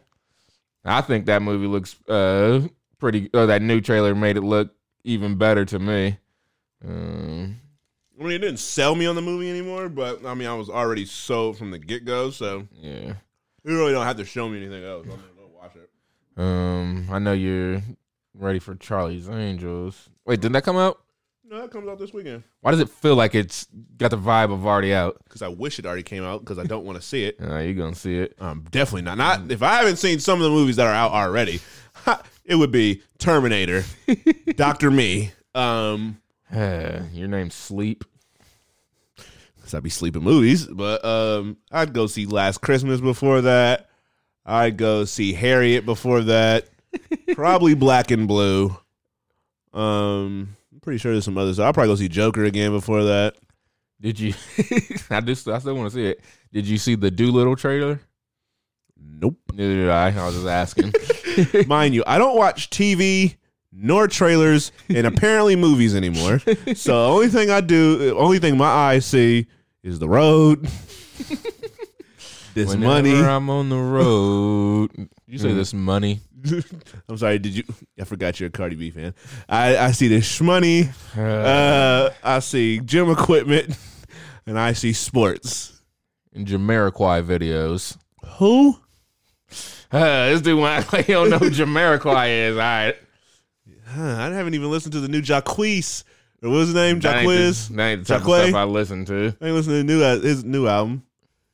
I think that movie looks uh pretty. Or that new trailer made it look even better to me. Um, I mean, it didn't sell me on the movie anymore, but I mean, I was already sold from the get go, so yeah. you really don't have to show me anything else. I'm gonna go watch it. Um, I know you're ready for Charlie's Angels. Wait, didn't that come out? No, that comes out this weekend Why does it feel like it's got the vibe of already out? because I wish it already came out because I don't want to see it. Uh, you're gonna see it. Um, definitely not. Not if I haven't seen some of the movies that are out already. *laughs* Ha, it would be *laughs* Terminator, Doctor Me. Um, *sighs* Your name's Sleep. because I'd be sleeping movies. But um, I'd go see Last Christmas before that. I'd go see Harriet before that. probably Black and Blue. Um, I'm pretty sure there's some others. I'll probably go see Joker again before that. Did you? *laughs* I just, I still want to see it. Did you see the Doolittle trailer? Nope. Neither did I. I was just asking. *laughs* Mind you, I don't watch TV nor trailers and apparently movies anymore. So the only thing I do, the only thing my eyes see is the road. this Whenever money. Mm. I'm on the road. Did you say this money? *laughs* I'm sorry. Did you? I forgot you're a Cardi B fan. I, I see this money. *sighs* Uh, I see gym equipment, and I see sports. in Jamiroquai videos. *sighs* Who? Uh, this dude *laughs* went like he don't *laughs* know who Jamiroquai is. All right. Huh, I haven't even listened to the new Jacquees. Or what was his name? That ain't Jacquees. the- that ain't the type of Jacquet? stuff I listen to. I ain't listening to the new, uh, his new album.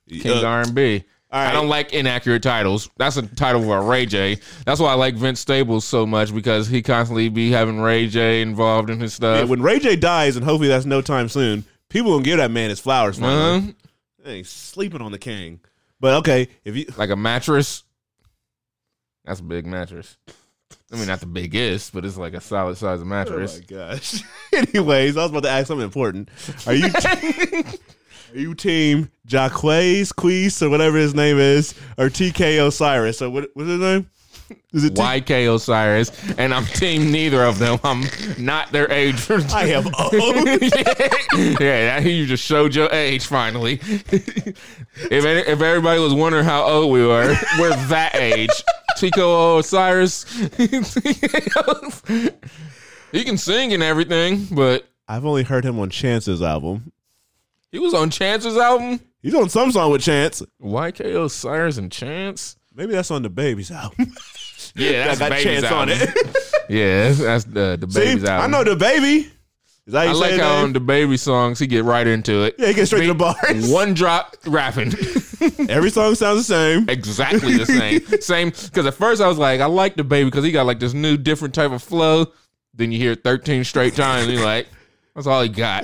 King Uh, R&B. all right. I don't like inaccurate titles. That's a title for a Ray J. That's why I like Vince Staples so much because he constantly be having Ray J involved in his Yeah, stuff. when Ray J dies, and hopefully that's no time soon, people gonna give that man his flowers. finally. uh-huh. Hey, sleeping on the king. But okay, if you like a mattress. That's a big mattress. I mean, not the biggest, but it's like a solid size mattress. Oh my gosh. *laughs* Anyways, I was about to ask something important. Are you *laughs* are you team Jaques Quees or whatever his name is, or TK Osiris? So what what's his name? Is it T- I YK Osiris, and I'm team neither of them. I'm not their age. *laughs* have old. yeah, that- you just showed your age finally. *laughs* if any- if everybody was wondering how old we were, *laughs* we're that age. Tico Osiris. *laughs* he can sing and everything, but I've only heard him on Chance's album. he was on Chance's album. He's on some song with Chance. YK Osiris and Chance. Maybe that's on the Baby's album. *laughs* Yeah, I that's got Baby's Chance on album. it. *laughs* Yeah, that's, that's the the *laughs* See, baby's album. I know the baby. Is that how I you say like his how name? on the baby songs he get right into it. Yeah, he gets straight to the bars. One drop rapping, Every song sounds the same. exactly the same. Same because at first I was like, I like the baby because he got like this new different type of flow. Then you hear it thirteen straight times, and you're like, that's all he got.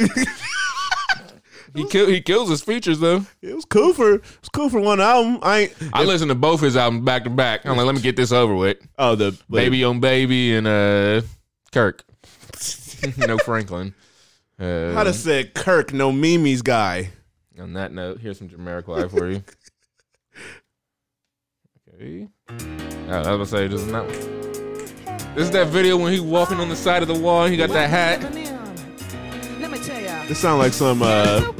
he kill, he kills his features though. It was cool for it was cool for one album. I ain't I listened to both his albums back to back. I'm like, let me get this over with. Oh the Baby on Baby and uh Kirk. *laughs* no Franklin. Uh, I'd have said Kirk, no Mimi's guy. on that note, here's some Jamiroquai for you. Okay. Oh, I was gonna say this is not. This is that video when he walking on the side of the wall. and He got that hat. Let me tell ya. This sound like some uh sound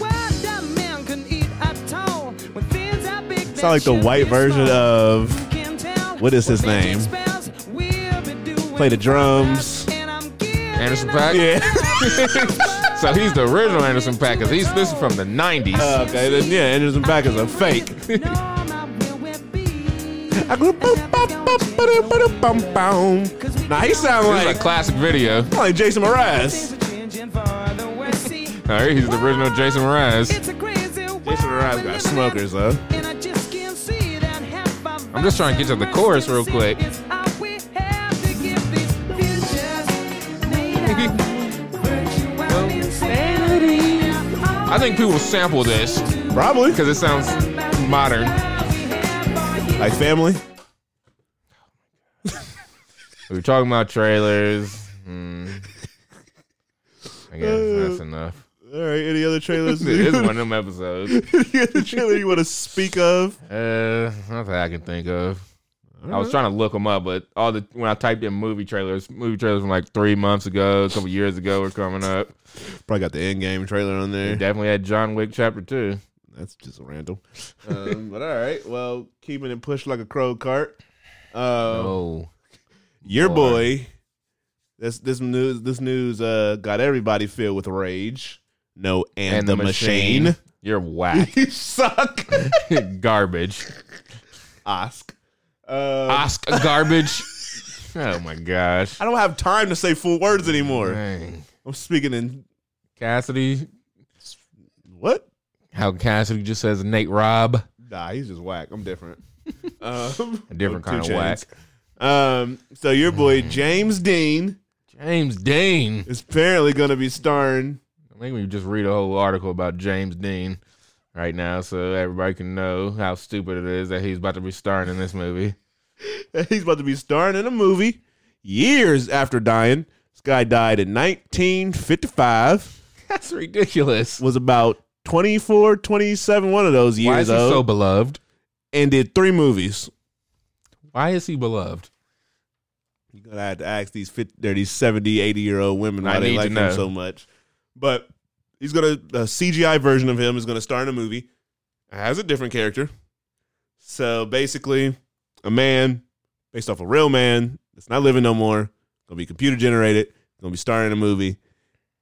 like the Sound white version of what is his name? Play the drums. Anderson Paak. So he's the original Anderson Paak. Cause he's this is from the '90s. Uh, *laughs* okay, then yeah, Anderson Paak is a fake. Nah, he sound this is like, a classic video. All sound like Jason Mraz. right, he's the original Jason Mraz. Jason Mraz got smokers though. I'm just trying to get to the chorus real quick. I think people sample this Probably because it sounds modern. like family. We were talking about trailers. Hmm. I guess that's enough. All right, any other trailers? *laughs* It is one of them episodes. any other trailer you want to speak of? Uh, nothing I can think of. I was trying to look them up, but all the when I typed in movie trailers, movie trailers from like three months ago, a couple years ago, were coming up. Probably got the end game trailer on there. They definitely had John Wick Chapter Two. That's just random. um, but all right, well, keeping it pushed like a crow *laughs* cart. Uh, Oh, Your Boy. boy, this this news this news uh got everybody filled with rage. No, and, the, machine. *laughs* you're *laughs* whack, you suck, *laughs* garbage, Osk. Uh, Oscar garbage. Oh my gosh, I don't have time to say full words anymore. Dang. I'm speaking in Cassidy. what? How Cassidy just says Nate Robb, Nah, he's just whack. *laughs* I'm different. um, a different Two kind of whack. Hmm. Chainz. Um, so your boy James Dean James Dean. is apparently gonna be starring. I think we just read a whole article about James Dean right now, so everybody can know how stupid it is that he's about to be starring in this movie. *laughs* *laughs* He's about to be starring in a movie years after dying. This guy died in 1955. That's ridiculous. Was about 24, 27, one of those years Why is he old, so beloved? and did three movies. Why is he beloved? You're gonna have to ask these 50, they're these 70, 80 year old women why I need they to like him know. so much. But he's gonna a CGI version of him is gonna star in a movie. It has a different character. So basically, a man based off a real man that's not living no more, gonna be computer generated, gonna be starring in a movie,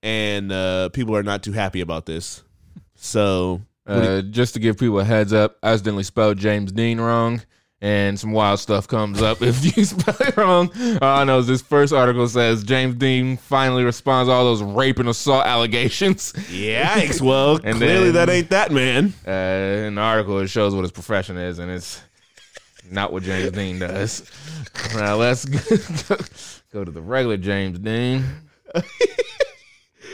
and uh, people are not too happy about this. *laughs* So what do you- Uh, just to give people a heads up, I accidentally spelled James Dean wrong, and some wild stuff comes up *laughs* if you spell it wrong. All I know is this first article says James Dean finally responds to all those rape and assault allegations. *laughs* yikes! Well, And clearly then- that ain't that man. uh, in the article it shows what his profession is, and it's not what James Dean does. *laughs* Now let's go to the regular James Dean.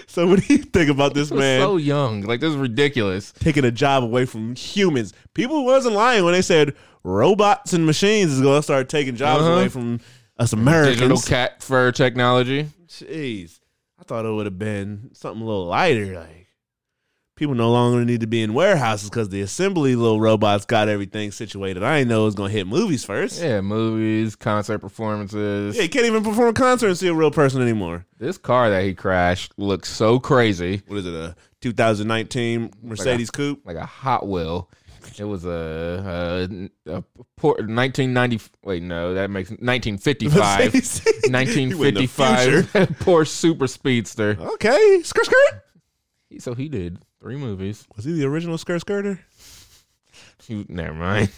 So what do you think about this *laughs* man so young. Like this is ridiculous. taking a job away from humans? People wasn't lying when they said robots and machines is going to start taking jobs Uh-huh. away from us Digital Americans. cat fur technology. Jeez, I thought it would have been something a little lighter. Like people no longer need to be in warehouses because the assembly little robots got everything situated. I didn't know it was going to hit movies first. Yeah, movies, concert performances. Yeah, you can't even perform a concert and see a real person anymore. This car that he crashed looks so crazy, What is it? A 2019 Mercedes Coupe? like a Hot Wheel. It was a, a, a port, 1990. Wait, no, that makes *laughs* 1955. Mercedes. You in the 1955 future. *laughs* Porsche Super Speedster. Okay, skirt skirt. So he did three movies. Was he the original skirt skirter? He, never *laughs* mind.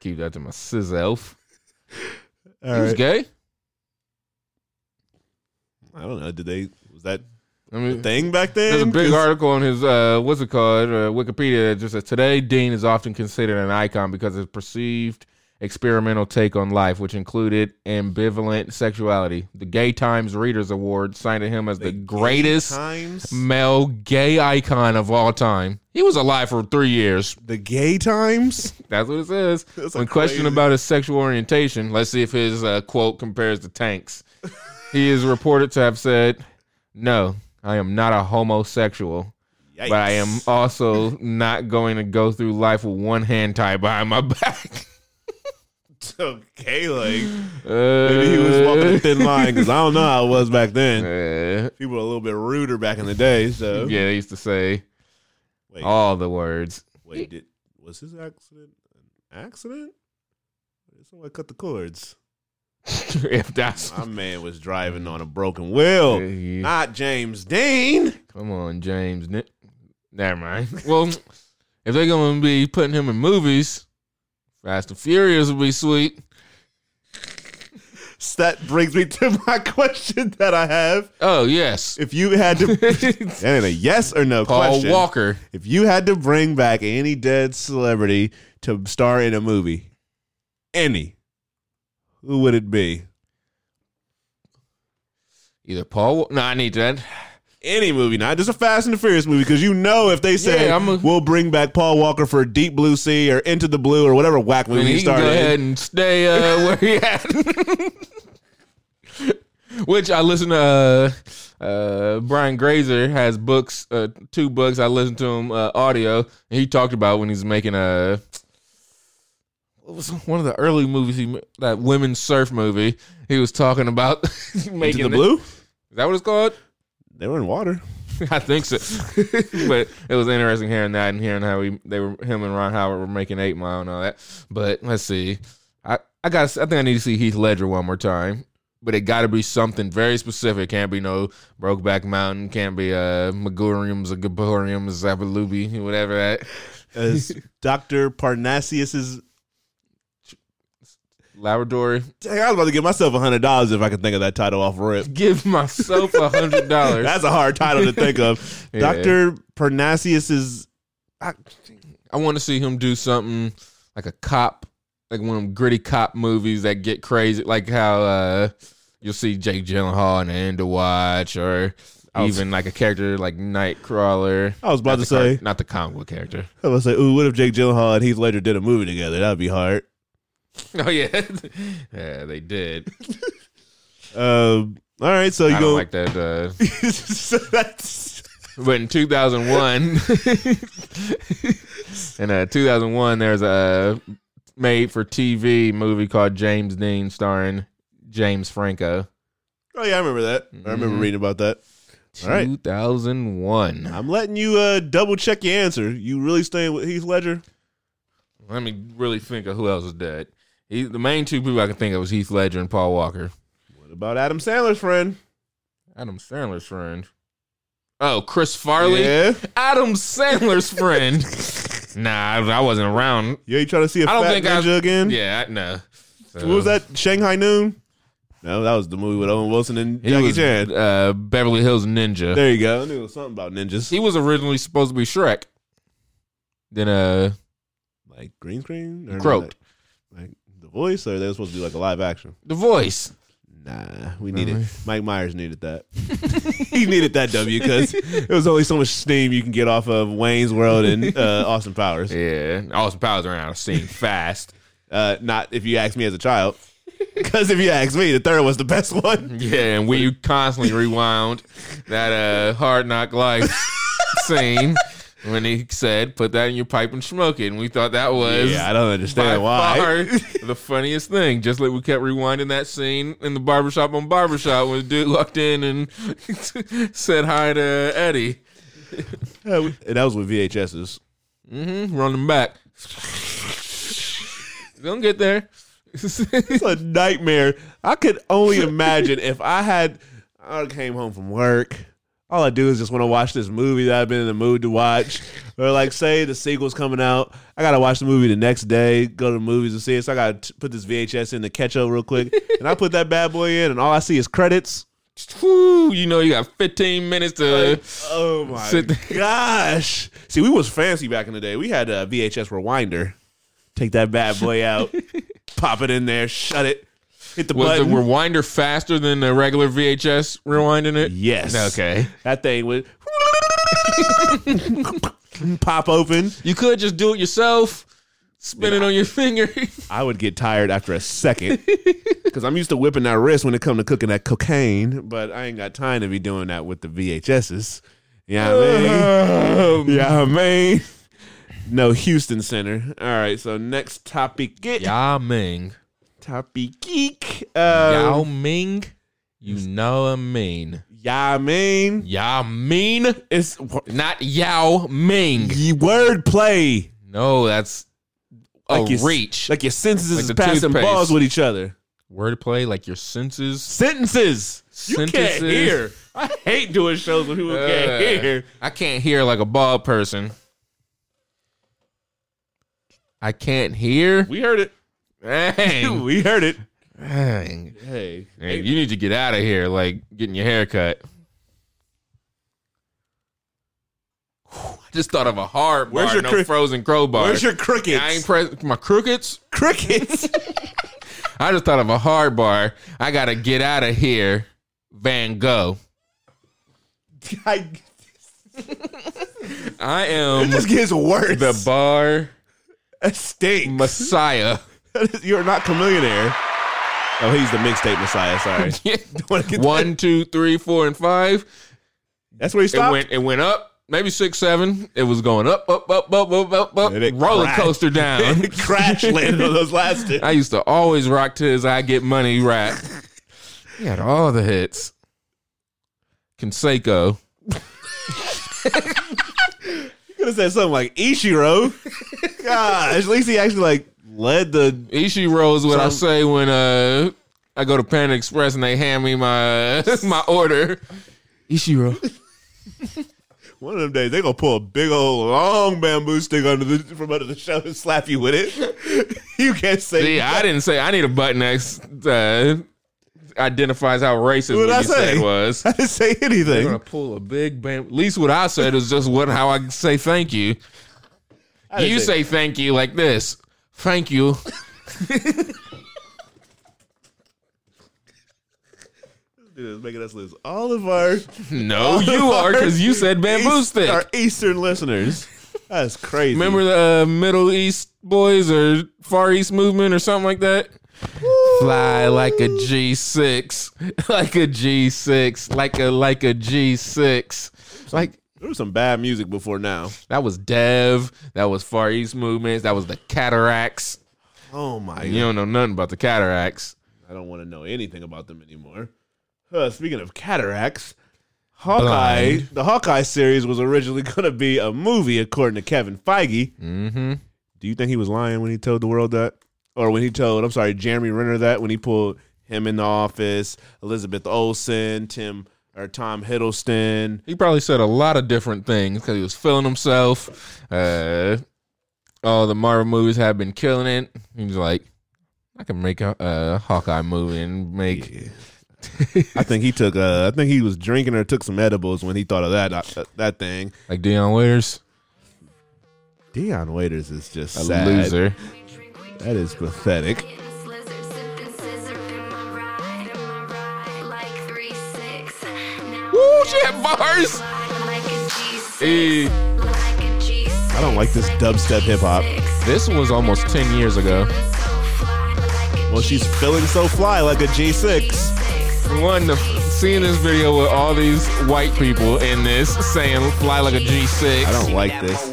Keep that to my sis elf. All he was right. gay. I don't know. Did they? Was that I mean, thing back then? There's a big 'Cause- article on his uh, what's it called uh, Wikipedia that just says today Dean is often considered an icon because of his perceived experimental take on life, which included ambivalent sexuality. The Gay Times Readers Award cited him as the, greatest times. male gay icon of all time. He was alive for three years. The gay times. That's what it says. *laughs* That's when like questioned crazy. about his sexual orientation, let's see if his uh, quote compares to *laughs* Tank's. he is reported to have said, "No, I am not a homosexual." Yikes. but I am *laughs* also not going to go through life with one hand tied behind my back. *laughs* okay. Like Uh, *laughs* maybe he was walking a thin line because I don't know how it was back then. Uh, People were a little bit ruder back in the day. So *laughs* yeah, they used to say Wait, all the words. *laughs* wait. Did, was his accident an accident? Did someone cut the cords? if that's My man was driving on a broken wheel. Yeah. Not James Dean. come on, James. N- Never mind. Well, if they're gonna be putting him in movies, Fast and Furious would be sweet. So that brings me to my *laughs* question that I have. Oh yes, If you *laughs* had to, that ain't a yes or no Paul question. Walker. If you had to bring back any dead celebrity to star in a movie, any, who would it be? Either Paul. Wa- No, I need that. Any movie, not just a Fast and the Furious movie, because you know if they say Yeah, I'm a- we'll bring back Paul Walker for Deep Blue Sea or Into the Blue or whatever whack movie And he he can started go in, ahead and stay *laughs* uh, where he at. *laughs* Which I listen to. Uh, uh, Brian Grazer has books, uh, two books. I listened to him uh, audio. And he talked about when he's making a. It was one of the early movies he ma- that women's surf movie. He was talking about *laughs* making Into the it- Blue. Is that what it's called? They were in water. *laughs* I think so. but it was interesting hearing that and hearing how he they were him and Ron Howard were making Eight Mile and all that. But let's see. I I got I think I need to see Heath Ledger one more time. But it got to be something very specific. Can't be no Brokeback Mountain. Can't be uh Megoriums or Gaboriums, Zabalubi, whatever that. *laughs* As Doctor Parnassus's. Labrador. Dang, I was about to give myself hundred dollars if I could think of that title off rip. Give myself a hundred dollars. *laughs* That's a hard title to think of. *laughs* Yeah. Dr. Parnassus is I want to see him do something like a cop, like one of them gritty cop movies that get crazy, like how uh, you'll see Jake Gyllenhaal in End of Watch, or was- even like a character like Nightcrawler. I was about Not to the car- say. not the comic book *laughs* character. I was like, ooh, what if Jake Gyllenhaal and Heath Ledger did a movie together? That'd be hard. Oh yeah, *laughs* yeah, they did. Um, all right, so you I don't go. like that. Uh, *laughs* so that's but in 2001 *laughs* in uh, 2001 there's a made for tv movie called james dean starring james franco oh yeah, I remember that. I Mm-hmm. remember reading about that. All right. 2001 I'm letting you uh, double check your answer. You really staying with Heath Ledger? let me really think of who else is dead he, the main two people i can think of was heath ledger and paul walker What about Adam Sandler's friend? adam sandler's friend oh chris farley Yeah, adam sandler's *laughs* friend nah I, I wasn't around yeah. You trying to see a I don't fat think I- ninja again? yeah I- no What was So- that? Shanghai Noon? No, that was the movie with Owen Wilson and He Jackie was Chan. uh, Beverly Hills Ninja. There you go. I knew it was something about ninjas. He was originally supposed to be Shrek. Then uh like green screen or Croaked. Like, like the voice, or they were supposed to do like a live action? The voice. Nah, we needed Mike Myers needed that. *laughs* he needed that W because it was only so much steam you can get off of Wayne's World and *laughs* uh, Austin Powers. Yeah. Austin Powers ran out of steam fast. *laughs* Uh, not if you ask me as a child, because if you ask me, the third was the best *laughs* one. Yeah, and we constantly rewound that uh hard knock *laughs* life scene when he said, "Put that in your pipe and smoke it," and we thought that was Yeah, I don't by understand why. far *laughs* the funniest thing. Just like we kept rewinding that scene in the barbershop on barbershop when the dude walked in and *laughs* said hi to Eddie, Uh, we- and that was with VHSs. running Mm-hmm, back. *laughs* Don't get there. *laughs* It's a nightmare. I could only imagine if I had. I came home from work. All I do is just want to watch this movie that I've been in the mood to watch. Or like, say the sequel's coming out, I gotta watch the movie the next day. Go to the movies and see it. So I gotta t- put this VHS in to catch up real *laughs* quick. And I put that bad boy in, and all I see is credits. Whew, you know you got 15 minutes to. Oh my Sit- gosh! See, we was fancy back in the day. We had a VHS rewinder. Take that bad boy *laughs* out, pop it in there, shut it, hit the Was the button. rewinder faster than the regular VHS rewinding it? Yes. Okay. That thing would *laughs* pop open. You could just do it yourself, spin it on your finger. *laughs* I would get tired after a second because I'm used to whipping that wrist when it come to cooking that cocaine, but I ain't got time to be doing that with the VHSs. Yeah, I *laughs* mean, *laughs* yeah, I mean, no Houston Center. All right, so next topic, geek. Yao Ming. topic geek. Uh, Yao Ming. You Mm. know what I mean. yeah, I mean, Yao Ming. it's Not Yao Ming. ye word play. No, that's a your- reach. like your sentences Like is the passing toothpaste. balls with each other. Wordplay, like your senses. sentences. You Sentences. can't hear. I hate doing shows when people Uh, can't hear. I can't hear like a bald person. I can't hear. We *laughs* heard it. Dang. We heard it. Dang. Hey, Hey, you need to get out of here, like getting your hair cut. Whew, I just thought of a hard bar, Where's your no cri- frozen crowbar. where's your crickets? I ain't press my crookets. *laughs* crickets. I just thought of a hard bar. I gotta get out of here, Van Gogh. I, I am this gets *laughs* worse. Um, the bar that stinks. *laughs* messiah. You're not chameleonaire. Oh, he's the mixtape *laughs* messiah. Sorry. *laughs* Wanna get that- One, two, three, four, and five. That's where he It stopped. went. It went up. Maybe six, seven. It was going up, up, up, up, up, up, up. And it Roller crashed. *laughs* coaster down. *laughs* Crash landed on those last two. I used to always rock to his I Get Money rap. *laughs* He had all the hits. Conseco. could have said something *laughs* like Ishiro. Gosh, at least he actually like led the Ishiro is what I Some- say when uh I go to Panda Express and they hand me my *laughs* my order. Ishiro. One of them days they gonna pull a big old long bamboo stick under the from under the show and slap you with it. *laughs* you can't say See, I didn't say I need a button that uh, identifies how racist what, What'd I you said say? was. *laughs* I didn't say I'm gonna anything. pull a big bam. At least what I said is just what how I say thank you. I didn't You say thank you like this. Thank you. *laughs* Dude, it's making us lose all of our No, *laughs* you are because you said bamboo East- stick. *laughs* Our Eastern listeners. That's crazy. Remember the uh, Middle East boys or Far East movement or something like that? Fly like a G6, *laughs* like a G6, like a like a G6. Like there was some bad music before now. that was Dev, that was Far East movements, that was the cataracts. Oh my You don't know nothing about the cataracts. I don't want to know anything about them anymore. Huh, speaking of cataracts, Hawkeye, Blind. the Hawkeye series was originally *laughs* going to be a movie, according to Kevin Feige. Mm-hmm. Do you think he was lying when he told the world that? Or when he told, I'm sorry, Jeremy Renner that, when he pulled him in the office, Elizabeth Olsen, Tim, or *laughs* Tom Hiddleston. He probably said a lot of different things because he was feeling himself. Uh, all the Marvel movies have been killing it. He was like, I can make a, a Hawkeye movie and make. I think he took, uh, I think he was drinking or took some edibles when he thought of that, uh, that thing. Like Dion Waiters, Deion Waiters is just a sad. loser. That is pathetic. bars. Eh, I don't like this dubstep hip hop. this was almost 10 years ago. Well, she's feeling so fly like a G6. One, the, seeing this video with all these white people in this saying fly like a G6. I don't like this.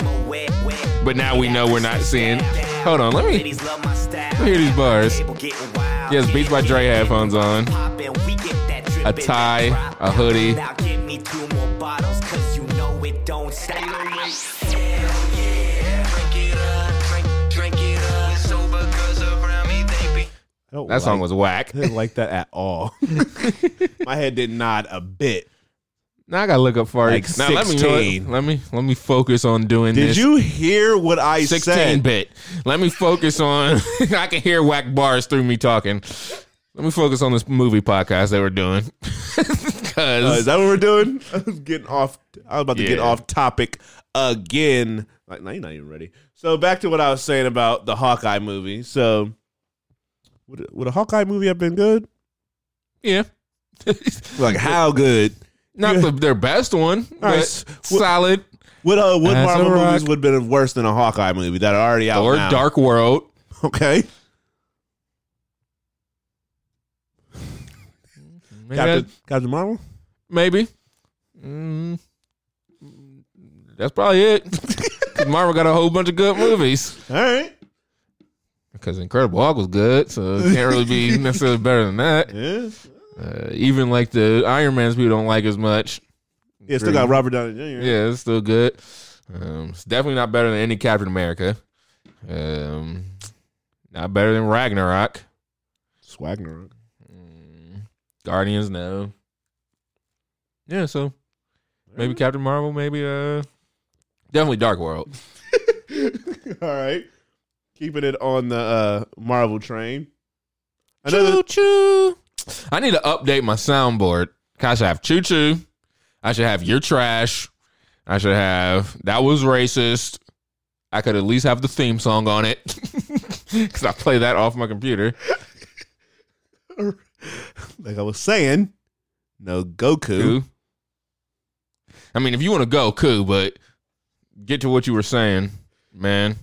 But now we know we're not seeing. Hold on, let me, let me hear these bars. Yes, Beats by Dre headphones on. A tie, a hoodie. Now give me two more bottles, cause you know it don't stop. I don't That song like- was whack. I *laughs* didn't like that at *laughs* all. My head did not a bit. Now I gotta look up farts. Like now let me, you know what? 16. let me let me focus on doing Did this. you hear what I 16 said? bit. Let me focus on. *laughs* I can hear whack bars through me talking. Let me focus on this movie podcast that we're doing. *laughs* Uh, is Because that what we're doing? *laughs* I was getting off. I was about to get Yeah. off topic again. Like, no, you're not even ready. So back to what I was saying about the Hawkeye movie. So would would a Hawkeye movie have been good? yeah, *laughs* Like how good? not the, their best one, but right, s- wh- solid. What uh, what That's Marvel a rock. movies would have been worse than a Hawkeye movie that are already out? Or now? Dark World. *laughs* Okay. Maybe. Captain, that- Captain Marvel. maybe. Mm, that's probably *laughs* it. 'Cause Marvel got a whole bunch of good movies. All right. Because Incredible Hulk was good, so it can't really *laughs* be necessarily better than that. Yeah. Uh, even like the Iron Man's people don't like as much. Yeah. Still got Robert Downey Jr. Yeah, it's still good. Um, it's definitely not better than any Captain America. Um, not better than Ragnarok. Swagner. Guardians, no. Yeah, so maybe Captain Marvel, maybe uh, definitely Dark World. *laughs* All right. Keeping it on the uh, Marvel train. Another Choo choo. I need to update my soundboard. I should have choo choo. I should have your trash. I should have that was racist. I could at least have the theme song on it *laughs* because I play that off my computer. like I was saying, no Goku. Coo. I mean, if you want to go, coo, but get to what you were saying, man.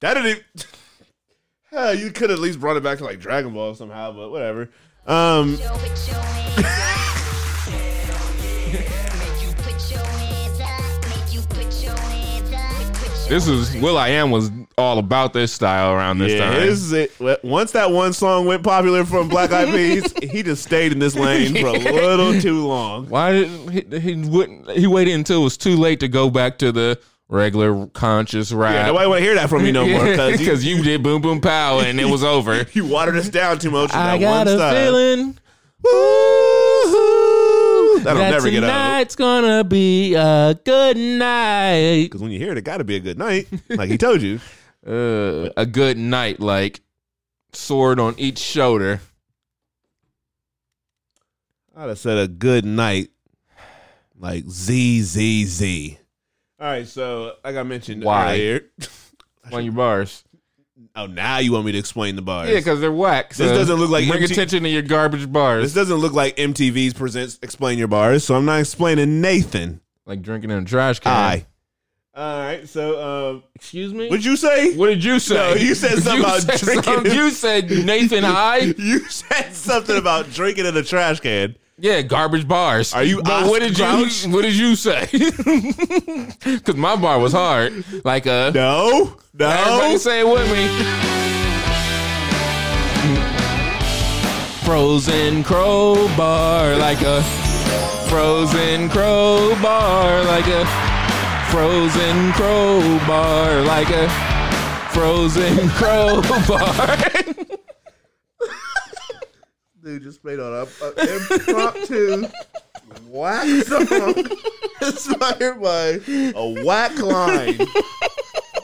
That didn't. Even, *laughs* Huh, you could at least brought it back to like Dragon Ball somehow, but whatever. Um, This is Will I Am was all about this style around this yeah, time. this is it. Well, Once that one song went popular from Black Eyed *laughs* Peas, he just stayed in this lane for a little too long. Why did he, he wouldn't he waited until it was too late to go back to the regular conscious rap? Yeah, nobody want to hear that from you no more *laughs* because you, because you, did boom boom pow and it was *laughs* over. you watered us down too much. with that one style. feeling That'll never get old. gonna be a good night. Because when you hear it, it got to be a good night, like he told *laughs* you. Uh, a good night, like sword on each shoulder. I'd have said a good night, like Z Z Z. All right, so like I mentioned Why? earlier. On your bars, Oh, now you want me to explain the bars? yeah, because they're whack. This so doesn't look like bring MT attention to your garbage bars, this doesn't look like MTV's presents explain your bars, so I'm not explaining Nathan. like drinking in a trash can. I. All right, so um, Excuse me. what'd you say? what did *laughs* you say? No, you said something about said drinking something- in- You said *laughs* Nathan. I *laughs* You said something about drinking in a trash can. Yeah, garbage bars. Are you But Oscar what did you *laughs* Grouch? What did you say? Because my bar was hard. Like uh, No, everybody no. say it with me. Frozen crowbar, like a frozen crowbar, like a frozen crowbar, like a frozen *laughs* crowbar. *laughs* Dude just played on up uh, impromptu whack song. *laughs* Inspired by a whack line.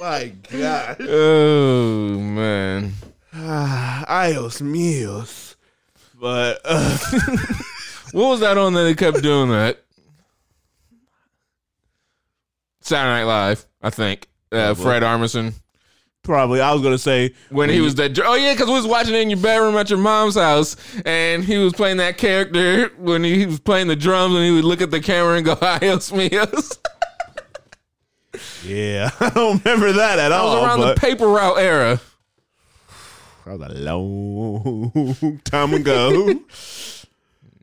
My God. oh man. Ios meals. But uh, What was that on that they kept doing that? Oh, Saturday Night Live, I think. Uh, Fred Armisen. Probably. I was gonna say when he was that. Oh yeah, because we was watching it in your bedroom at your mom's house, and he was playing that character when he was playing the drums, and he would look at the camera and go, *laughs* "Adios, mios." Yeah. *laughs* I don't remember that at I was all. around Oh, but the paper route era. that was a long *laughs* *laughs* time ago.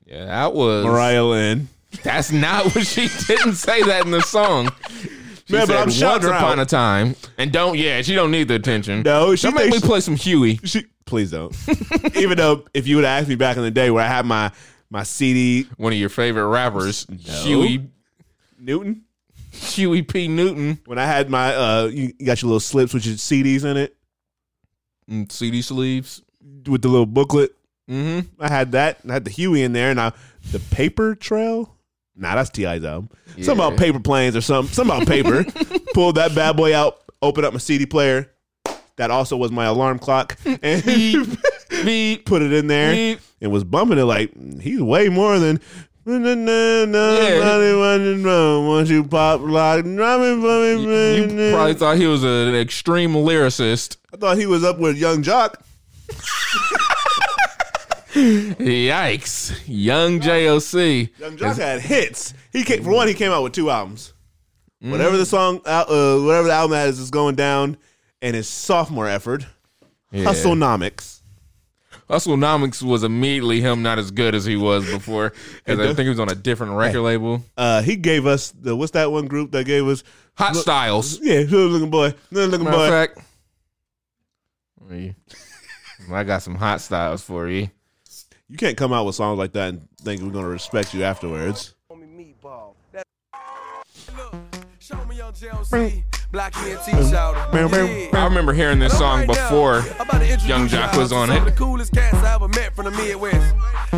Yeah, that was Mariah Lynn. That's not what she *laughs* didn't say that in the *laughs* song. She Man, but said, I'm once shouting her upon out." a time, and don't. Yeah, she don't need the attention. No, she she make me thinks- play some Huey. *laughs* She, *laughs* please don't. Even though if you would have asked me back in the day where I had my my CD One of your favorite rappers, Huey Newton, Huey P Newton, when I had my uh, you you got your little slips with your CDs in it and CD Mm, sleeves. with the little booklet. Mm-hmm. I had that. And I had the Huey in there, and I the paper trail. Nah, that's Ti's album. Something about Yeah. paper planes or something. Something *laughs* about paper. Pulled that bad boy out. Opened up my CD player. That also was my *laughs* alarm clock, and Beat. put it in there. Beep. and was bumping it like he's way more than. Once you pop like drumming for me, You baby. probably thought he was an extreme lyricist. I thought he was up with Young Jock. Yikes. Young JOC. Young Jock had hits. He came for one. He came out with two albums. Whatever Mm. the song, uh, uh, whatever the album has is going down, and his sophomore effort, Yeah. Hustlenomics. Hustlenomics was immediately him not as good as he was before. Because I think he was on a different record label. Uh, he gave us the what's that one group that gave us Hot Styles. yeah, good looking boy, good looking Matter of boy. fact, let me- I got some hot styles for you. You can't come out with songs like that and think we're gonna respect you afterwards. Show me your JLC, Black E and T Chowder. I remember hearing this song before Young Jock was on it.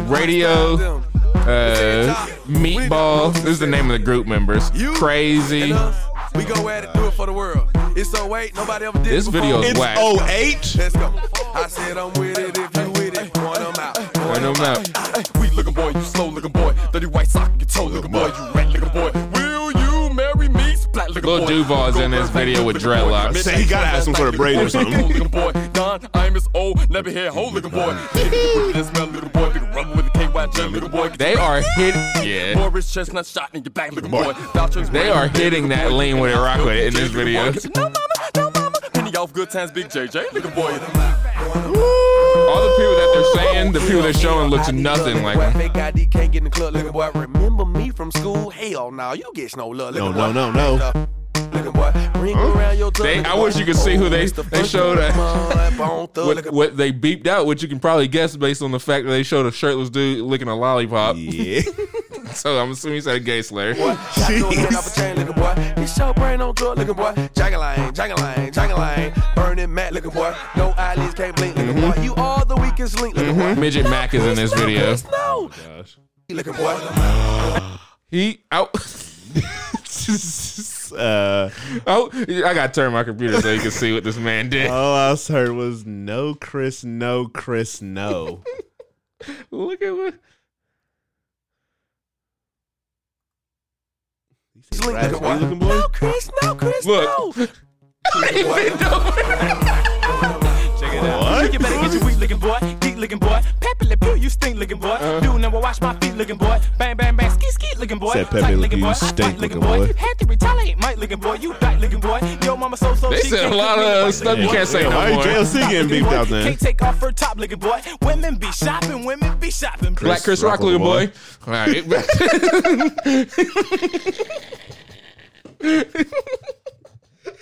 Radio, uh, Meatball. This is the name of the group members. Crazy. We go at it, do it for the world. It's 08, nobody ever did This it before. video is It's whack. 08? Let's go. I said I'm with it if you with it. Point 'em out. Point 'em out. We looking boy, you slow looking boy. Dirty white sock, you toe looking boy, you rat looking boy. Will you marry me? Splat looking Lil Duval is in this video with dreadlocks. Say he gotta have some sort of braid or something. Looking boy, Don, I'm as old, never had hoe *laughs* looking boy. This smell looking boy, big rubber with the KYJ looking boy. They are hit. Yeah. Boris chestnut shot in your back looking boy. Vouchers- They are hitting that lean with it, rock with it in this video. No mama, no mama. Penny off good times, big JJ looking boy. All the people that they're saying, the people they're showing looks nothing like them. Fake ID can't get in the club looking boy. Remember me from school? Hell now, you get no love. No, looking no, boy. no, no. Looking boy, ring around your thug, They- looking I wish boy. you could see who they- Mr. they showed, uh, Funky Bone *laughs* Thug, What, looking what they beeped out, which you can probably guess based on the fact that they showed a shirtless dude licking a lollipop. Yeah. *laughs* So I'm assuming he said a gay slur. boy. Shot your head off a chain, looking boy. It's your brain on good, looking boy. Jagaline, jagaline, jagaline. Burning matte, looking boy. No eyelids can't blink, looking Mm-hmm. boy. You are the weakest link, looking boy. Midget Mac is in this video. No, looking boy. He out. *laughs* *laughs* uh, Oh, I gotta turn my computer so you can see what this man did. all I heard was no, Chris, no, Chris, *laughs* no. Look at what. Link, looking boy. Looking boy? No, Chris, no, Chris, Look. no. He bent over. What? You better get your weak looking boy, geek looking boy, Pepe Le Pew, you stink looking boy. Uh-huh. Do number wash my feet looking boy, bang bang bang, ski ski looking boy. Said Pepe Tight Le looking Pew, boy, stink white looking boy. Had to retaliate, Mike looking boy, you dyke looking boy. Yo mama so so. They she said can't a lot cook me no of white stuff you looking boy. can't say Why no you more. JLC getting beefed Boy, out then? Can't take off her top looking boy. Women be shopping, women be shopping. Black Chris Rock, little boy. All right. *laughs*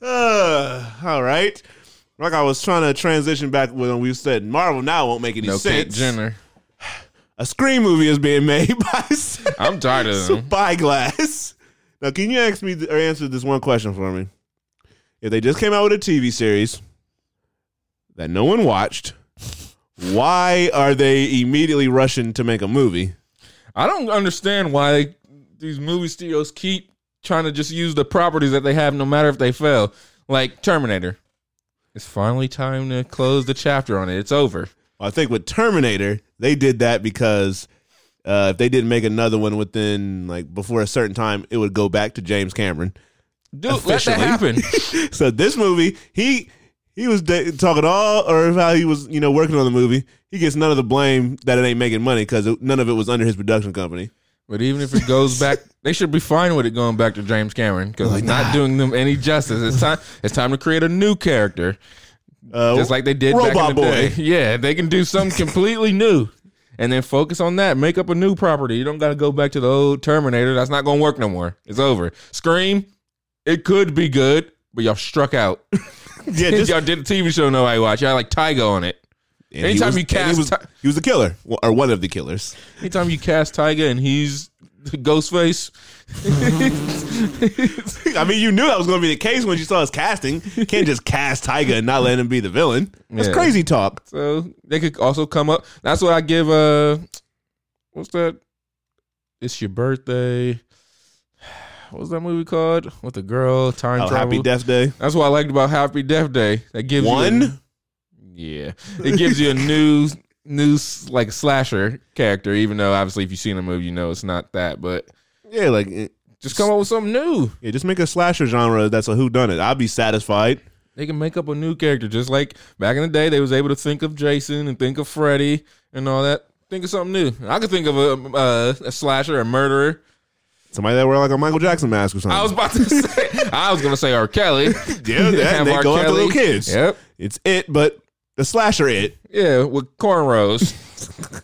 Uh, all right. Like I was trying to transition back when we said Marvel now won't make any no, Kate sense. Jenner. A Scream movie is being made *laughs* by I'm tired of them. Spyglass. Now, can you ask me th- or answer this one question for me? If they just came out with a TV series that no one watched, why are they immediately rushing to make a movie? I don't understand why these movie studios keep trying to just use the properties that they have, no matter if they fail. Like Terminator, it's finally time to close the chapter on it. It's over. Well, I think with Terminator, they did that because uh, if they didn't make another one within like before a certain time, it would go back to James Cameron. *laughs* Dude, let that Officially. happen. so this movie, he he was da- talking all or how he was you know working on the movie. He gets none of the blame that it ain't making money because none of it was under his production company. *laughs* But even if it goes back, they should be fine with it going back to James Cameron because it's not doing them any justice. It's time. It's time to create a new character, Uh, just like they did back in Robot the Boy. day. *laughs* Yeah, they can do something completely new, and then focus on that. Make up a new property. You don't got to go back to the old Terminator. That's not going to work no more. It's over. Scream. It could be good, but y'all struck *laughs* out. *laughs* *laughs* yeah, just, y'all did a TV show nobody watched. Y'all had, like Tygo on it. and anytime you and cast he was, ti- he was a killer Well, or one of the killers. *laughs* Anytime you cast Tyga and he's Ghostface, I mean, you knew that was going to be the case when you saw his casting. You can't just cast Tyga and not let him be the villain. That's Yeah. crazy talk. So they could also come up. That's what I give. Uh, what's that? It's your birthday. *sighs* What's that movie called with the girl time Oh, travel? Happy Death Day. That's what I liked about Happy Death Day. That gives You One. a, yeah, it gives you a new new s- like slasher character. Even though obviously if you've seen the movie, you know it's not that. But Yeah, like eh, just come up with something new. yeah, just make a slasher genre that's a who done it. I'd be satisfied. They can make up a new character, just like back in the day, they was able to think of Jason and think of Freddy and all that. Think of something new. I could think of a uh, a slasher, a murderer. Somebody that wear like a Michael Jackson mask or something. I was about to *laughs* say, I was gonna say R. Kelly. *laughs* Yeah, that, *laughs* Have they R. go after Kelly. little kids. Yep. It's it, but the slasher it. Yeah, with *laughs* cornrows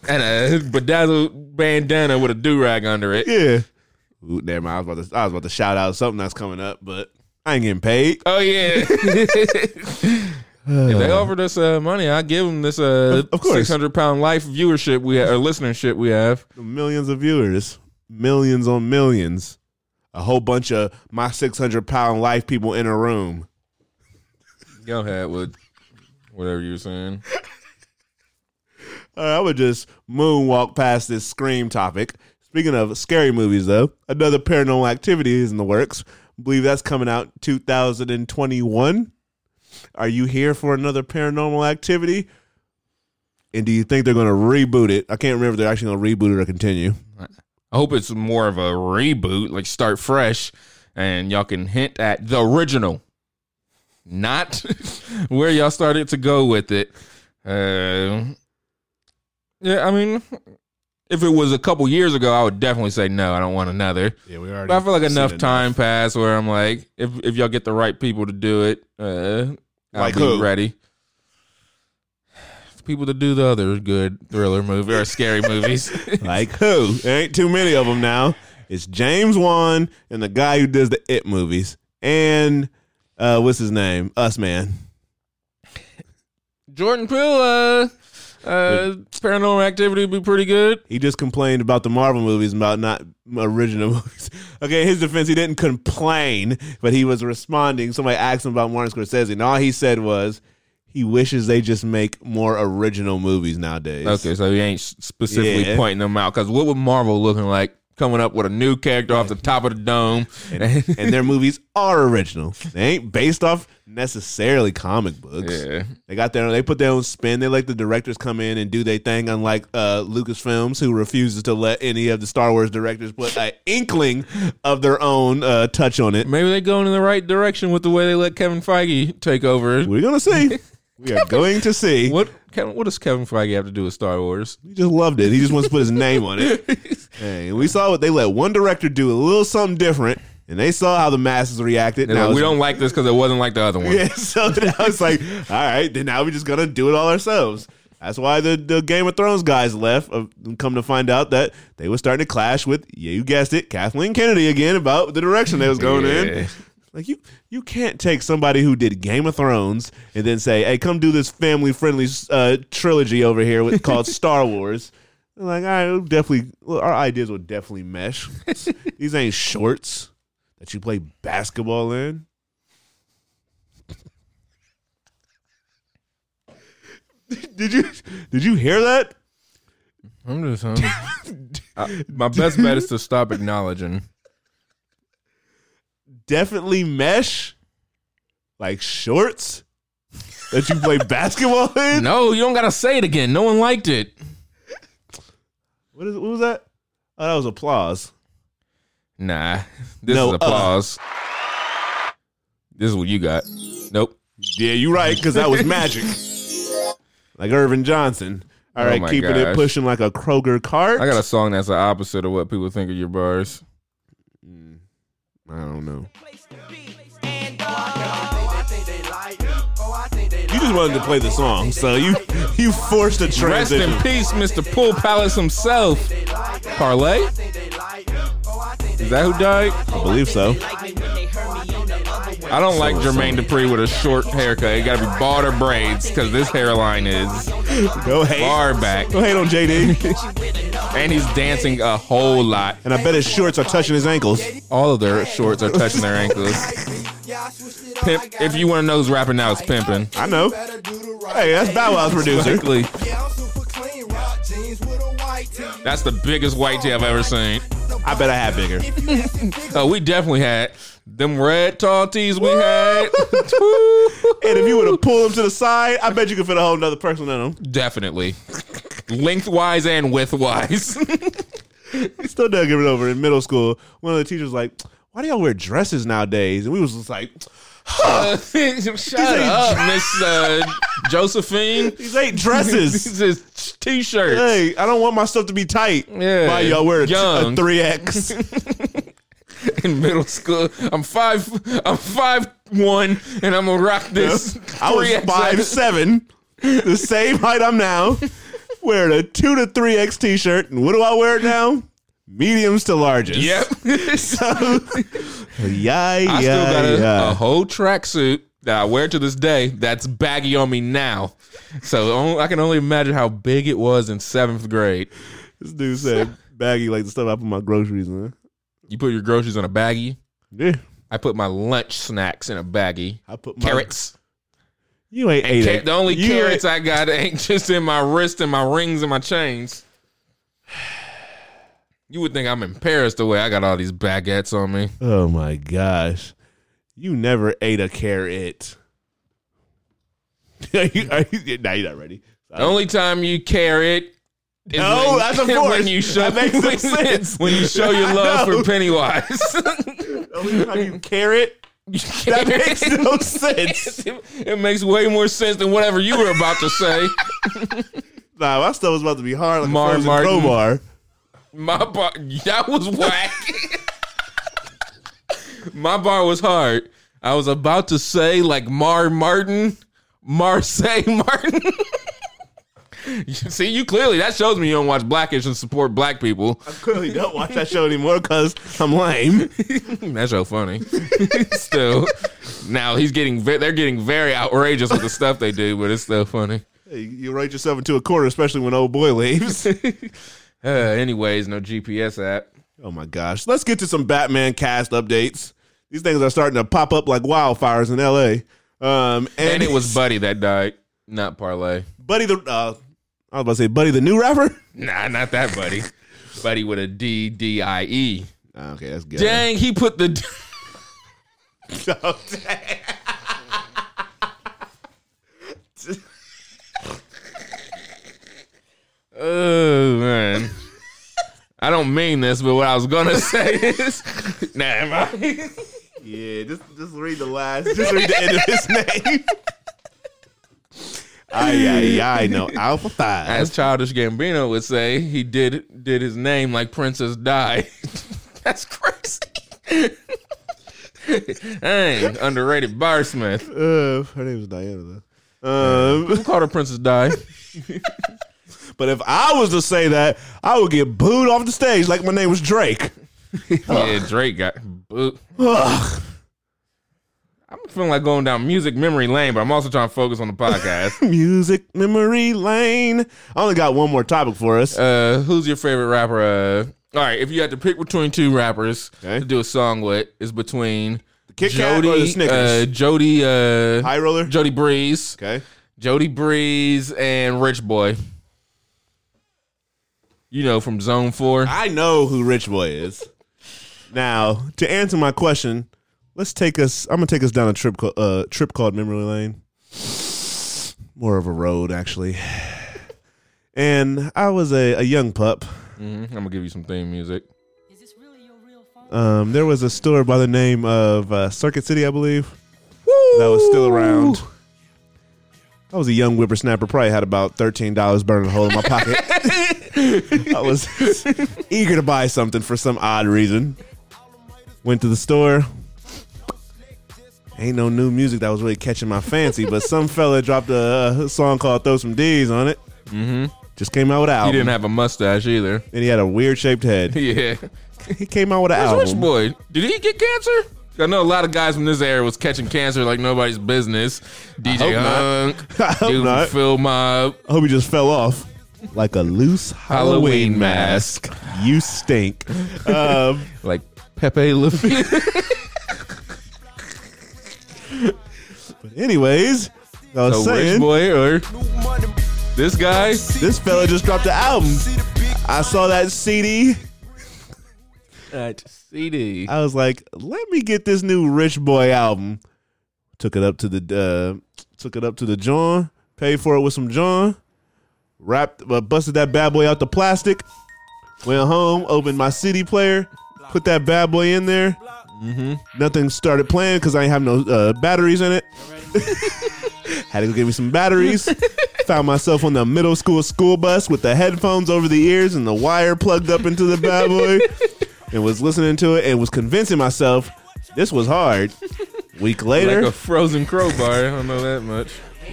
and a bedazzled bandana with a do rag under it. Yeah. Ooh, never mind. I was about to I was about to shout out something that's coming up, but I ain't getting paid. Oh *laughs* yeah. if they offered us uh, money, I'd give them this uh, Of- of course. six hundred pound life viewership we have, or listenership we have. Millions of viewers. Millions on millions. A whole bunch of my six hundred pound life people in a room. Go ahead with whatever you were saying. Uh, I would just moonwalk past this scream topic. Speaking of scary movies though, another paranormal activity is in the works. believe that's coming out two thousand and twenty one. Are you here for another paranormal activity? And do you think they're going to reboot it? I can't remember if they're actually going to reboot it or continue. I hope it's more of a reboot, like start fresh, and y'all can hint at the original, not *laughs* where y'all started to go with it. Uh, yeah, I mean, if it was a couple years ago, I would definitely say no. I don't want another. Yeah, we already. But I feel like enough time passed where I'm like, if if y'all get the right people to do it, uh, I'll Like be who? ready. People to do the other good thriller movie or *laughs* scary movies. Like who? There ain't too many of them now. It's James Wan and the guy who does the It movies, and uh, what's his name? Us Man. Jordan Peele, uh, uh, Paranormal Activity would be pretty good. He just complained about the Marvel movies, about not original *laughs* movies. Okay, his defense, he didn't complain, but he was responding. Somebody asked him about Martin Scorsese, and all he said was, he wishes they just make more original movies nowadays. Okay, so he ain't s- specifically Yeah. pointing them out because what would Marvel looking like coming up with a new character off the top of the dome? *laughs* and their movies are original. They ain't based off necessarily comic books. yeah, They got their they put their own spin. They let the directors come in and do their thing, unlike uh, Lucasfilms, who refuses to let any of the Star Wars directors put an inkling of their own uh, touch on it. maybe they're going in the right direction with the way they let Kevin Feige take over. We're gonna see. We are going to see. What Kevin, what does Kevin Feige have to do with Star Wars? He just loved it. He just wants to put his name on *laughs* it. Hey, we saw what they let one director do a little something different, and they saw how the masses reacted. They're Now like, we it's- don't like this because it wasn't like the other one. *laughs* Yeah, so then I was like, all right, then now we're just gonna do it all ourselves. That's why the, the Game of Thrones guys left. uh, Come to find out that they were starting to clash with, yeah, you guessed it, Kathleen Kennedy again about the direction *laughs* they was going Yeah. in. Like you, you can't take somebody who did Game of Thrones and then say, "Hey, come do this family friendly uh, trilogy over here with, called Star Wars." I'm like, all right, we'll definitely, well, our ideas will definitely mesh. These ain't shorts that you play basketball in. *laughs* Did you did you hear that? I'm just um, *laughs* I- Uh, my best bet is to stop acknowledging. Definitely mesh, like shorts that you play basketball in. No, you don't gotta say it again. No one liked it. What is what was that? Oh, that was applause. Nah, *laughs* this No, is uh. applause. This is what you got. Nope. Yeah, you right, because that *laughs* was magic. like Irvin Johnson. All right, Oh my keeping it gosh. pushing like a Kroger cart. I got a song that's the opposite of what people think of your bars. I don't know. You just wanted to play the song, so you you forced a Rest in transition. peace, Mr. Pool Palace himself. Parlay? Is that who died? I believe so. I don't like Jermaine Dupri with a short haircut. It gotta be bald or braids, cause this hairline is Go hate. far back. Go hate on JD. And he's dancing a whole lot. and I bet his shorts are touching his ankles. All of their shorts are touching their ankles. Pimp, if you want to know who's rapping now, it's pimping. I know. Hey, that's Bow Wow's producer. Basically, that's the biggest white tee I've ever seen. I bet I had bigger. Oh, we definitely had them red tall tees we *laughs* had. And if you would have pulled him to the side, I bet you could fit a whole nother person in him. definitely. Lengthwise and widthwise. *laughs* Still dug it over in middle school. One of the teachers was like, "Why do y'all wear dresses nowadays?" And we was just like, Uh, Shut up, Miss uh, Josephine. "These *laughs* ain't dresses. These is t-shirts. hey, I don't want my stuff to be tight. Yeah. Why y'all wear a t- a Young. *laughs* three X? in middle school. I'm five. I'm five one, and I'm gonna rock this. I was 3XL. five seven, the same height I'm now. *laughs* Wearing a two to three X T-shirt, and what do I wear now? Mediums to largest. Yep. *laughs* Yeah, I yeah, still got a, yeah. a whole tracksuit that I wear to this day. That's baggy on me now. So on- I can only imagine how big it was in seventh grade. this dude said baggy like the stuff I put my groceries in. You put your groceries in a baggie. Yeah, I put my lunch snacks in a baggie. I put my, Carrots. You ain't ate Ca- it. the only You carrots ain't- I got *laughs* ain't just in my wrist and my rings and my chains. *sighs* You would think I'm in Paris the way I got all these baguettes on me. oh my gosh, you never ate a carrot. *laughs* are you, are you, nah, you're not ready. The only time you carry it is No, *laughs* when, that's a force. when you show That makes no *laughs* when, sense. when you show your *laughs* I love know. for *laughs* Pennywise. *laughs* The only time you carrot. You That carry makes it. no *laughs* sense. It makes way more sense than whatever you were about to say. Nah, my stuff was about to be hard like Mar a frozen Martin. crowbar. My bar, that was whack. *laughs* My bar was hard. I was about to say like Mar Martin, Marseille *laughs* Martin. You- See, you clearly that shows me you don't watch Blackish and support black people. Clearly don't watch that show anymore because I'm lame. *laughs* That's so funny. still, now he's getting ve- they're getting very outrageous with the stuff they do, but it's still funny. *laughs* Hey, you write yourself into a corner, especially when old boy leaves. *laughs* Uh, anyways, no GPS app. oh my gosh. Let's get to some Batman cast updates. These things are starting to pop up like wildfires in LA. Um, and, And it was Buddy that died, not Parlay. Buddy the uh, I was about to say Buddy the new rapper. Nah, not that Buddy. buddy with a D D I E. Ah, okay, that's good. Dang, he put the. *laughs* Oh, dang. *laughs* Oh man, I don't mean this, but what I was gonna *laughs* say is, *laughs* nah, am I- Yeah, just just read the last. Just read the end of his name. *laughs* Ay, ay, ay, no alpha five. as Childish Gambino would say, he did did his name like Princess Di. *laughs* That's crazy. *laughs* Dang, underrated barsmith. Uh, her name was Diana. Though. Um, Who called her Princess Di? *laughs* but if I was to say that, I would get booed off the stage like my name was Drake. yeah, Drake got. boo- Ugh. I'm feeling like going down music memory lane, but I'm also trying to focus on the podcast. *laughs* *laughs* Music memory lane. I only got one more topic for us. Uh, who's your favorite rapper? Uh, all right, if you had to pick between two rappers Okay. to do a song with, it's between Kit Kat Jody, or the Snickers? uh, Jody, uh, High roller. Jody Breeze, Okay. Jody Breeze, and Rich Boy. You know from Zone Four. I know who Rich Boy is. now, to answer my question, let's take us. I'm gonna take us down a trip, ca- uh, trip called memory lane. More of a road, actually. *sighs* And I was a, a young pup. Mhm, I'm gonna give you some theme music. Um, there was a store by the name of uh, Circuit City, I believe. that was still around. I was a young whippersnapper. Probably had about thirteen dollars burning a hole in my pocket. *laughs* I was eager to buy something for some odd reason. Went to the store. Ain't no new music that was really catching my fancy, *laughs* but some fella dropped a, uh song called "Throw Some D's" on it. Mm-hmm. Just came out with an He album, didn't have a mustache either. and he had a weird shaped head. *laughs* Yeah. He came out with an That's album. Rich Boy. Did he get cancer? I know a lot of guys from this era was catching cancer like nobody's business. DJ *laughs* hope Hunk, *laughs* I hope dude from not. Phil Mob. I hope he just fell off like a loose Halloween, Halloween mask. You stink. Um, like Pepe Le *laughs* Pew. anyways, I was So Rich saying Boy or this guy? this fella just dropped an album. I saw that CD. CD. I was like, let me get this new Rich Boy album. Took it up to the uh, took it up to the John. Paid for it with some John. Wrapped, uh, busted that bad boy out the plastic. Went home, opened my CD player, put that bad boy in there. Nothing started playing because I ain't have no uh, batteries in it. *laughs* Had to go get me some batteries. Found myself on the middle school school bus with the headphones over the ears and the wire plugged up into the bad boy, and was listening to it and was convincing myself this was hard. Week later, Like a frozen crowbar. I don't know that much.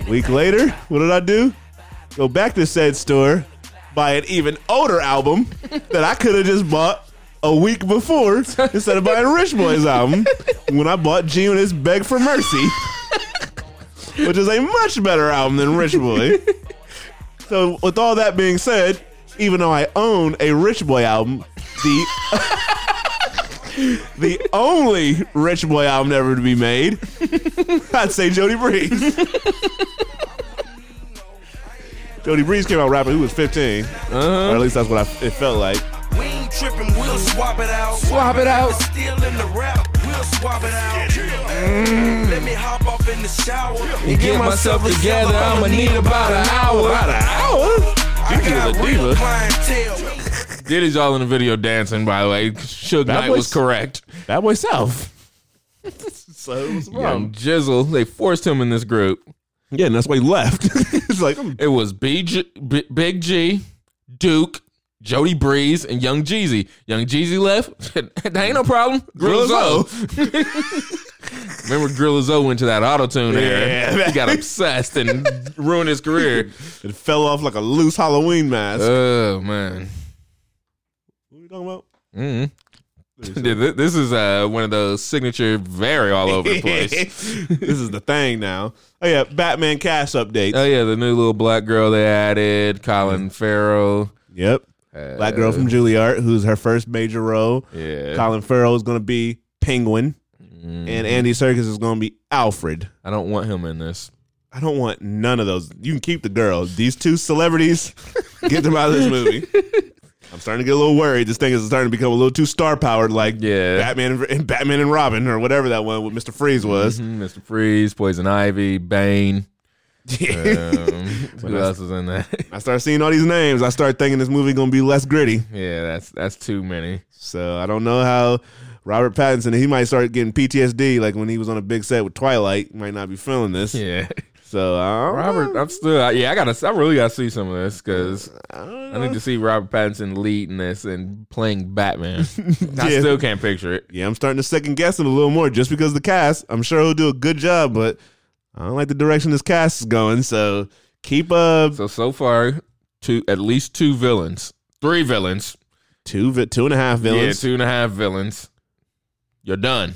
Week later, what did I do? Go back to said store, buy an even older album that I could have just bought a week before instead of buying Rich Boy's album when I bought G-Unit's Beg for Mercy, which is a much better album than Rich Boy. So, with all that being said, even though I own a Rich Boy album, the the only Rich Boy album ever to be made, I'd say Jody Breeze. Jody Breeze came out rapping. He was 15, or at least that's what I, it felt like. We ain't tripping, we'll swap it out. Swap it out. Still in the rap, we'll swap it out. Mm. Let me hop off in the shower. And get myself together. I'ma need about an hour. an hour. I got a real diva. clientele. Did it all in the video dancing, by the way. Suge Knight was was- correct. That boy South. *laughs* so it was Young Jizzle. They forced him in this group. Yeah, and that's why he left. *laughs* it's like I'm It was BG, B- Big G, Duke, Jody Breeze, and Young Jeezy. Young Jeezy left. *laughs* that ain't no problem. Grillizo. *laughs* Remember Grillizo went to that auto tune era. Yeah. He got obsessed and *laughs* ruined his career. it fell off like a loose Halloween mask. Oh man. what are you talking *laughs* about? Mm. Dude, thi- this is uh, one of those signature very all over the place. *laughs* this is the thing now. Oh yeah, Batman cash update. oh yeah, the new little black girl they added, Colin Farrell. Uh, yep. Black girl from Juilliard, who's her first major role. Yeah. Colin Farrell is going to be Penguin, and Andy Serkis is going to be Alfred. I don't want him in this. I don't want none of those. You can keep the girls. These two celebrities, get them out of this movie. I'm starting to get a little worried. This thing is starting to become a little too star powered, like Yeah. Batman and- and Batman and Robin, or whatever that one with Mister Freeze was. Mhm, Mr. Freeze, Poison Ivy, *laughs* Bane. Yeah. Um, who else is in that? *laughs* I start seeing all these names. I start thinking this movie gonna be less gritty. yeah, that's that's too many. So I don't know how Robert Pattinson. He might start getting PTSD, like when he was on a big set with Twilight. Might not be feeling this. Yeah, So I don't Robert, know. I'm still. Yeah, I gotta. I really gotta see some of this because I don't I know. need to see Robert Pattinson leading this and playing Batman. I *laughs* Yeah. still can't picture it. yeah, I'm starting to second guess him a little more just because of the cast. I'm sure he'll do a good job, but I don't like the direction this cast is going. So keep uh So so far, two at least two villains, three villains, two vi- two and a half villains. yeah, two and a half villains. You're done.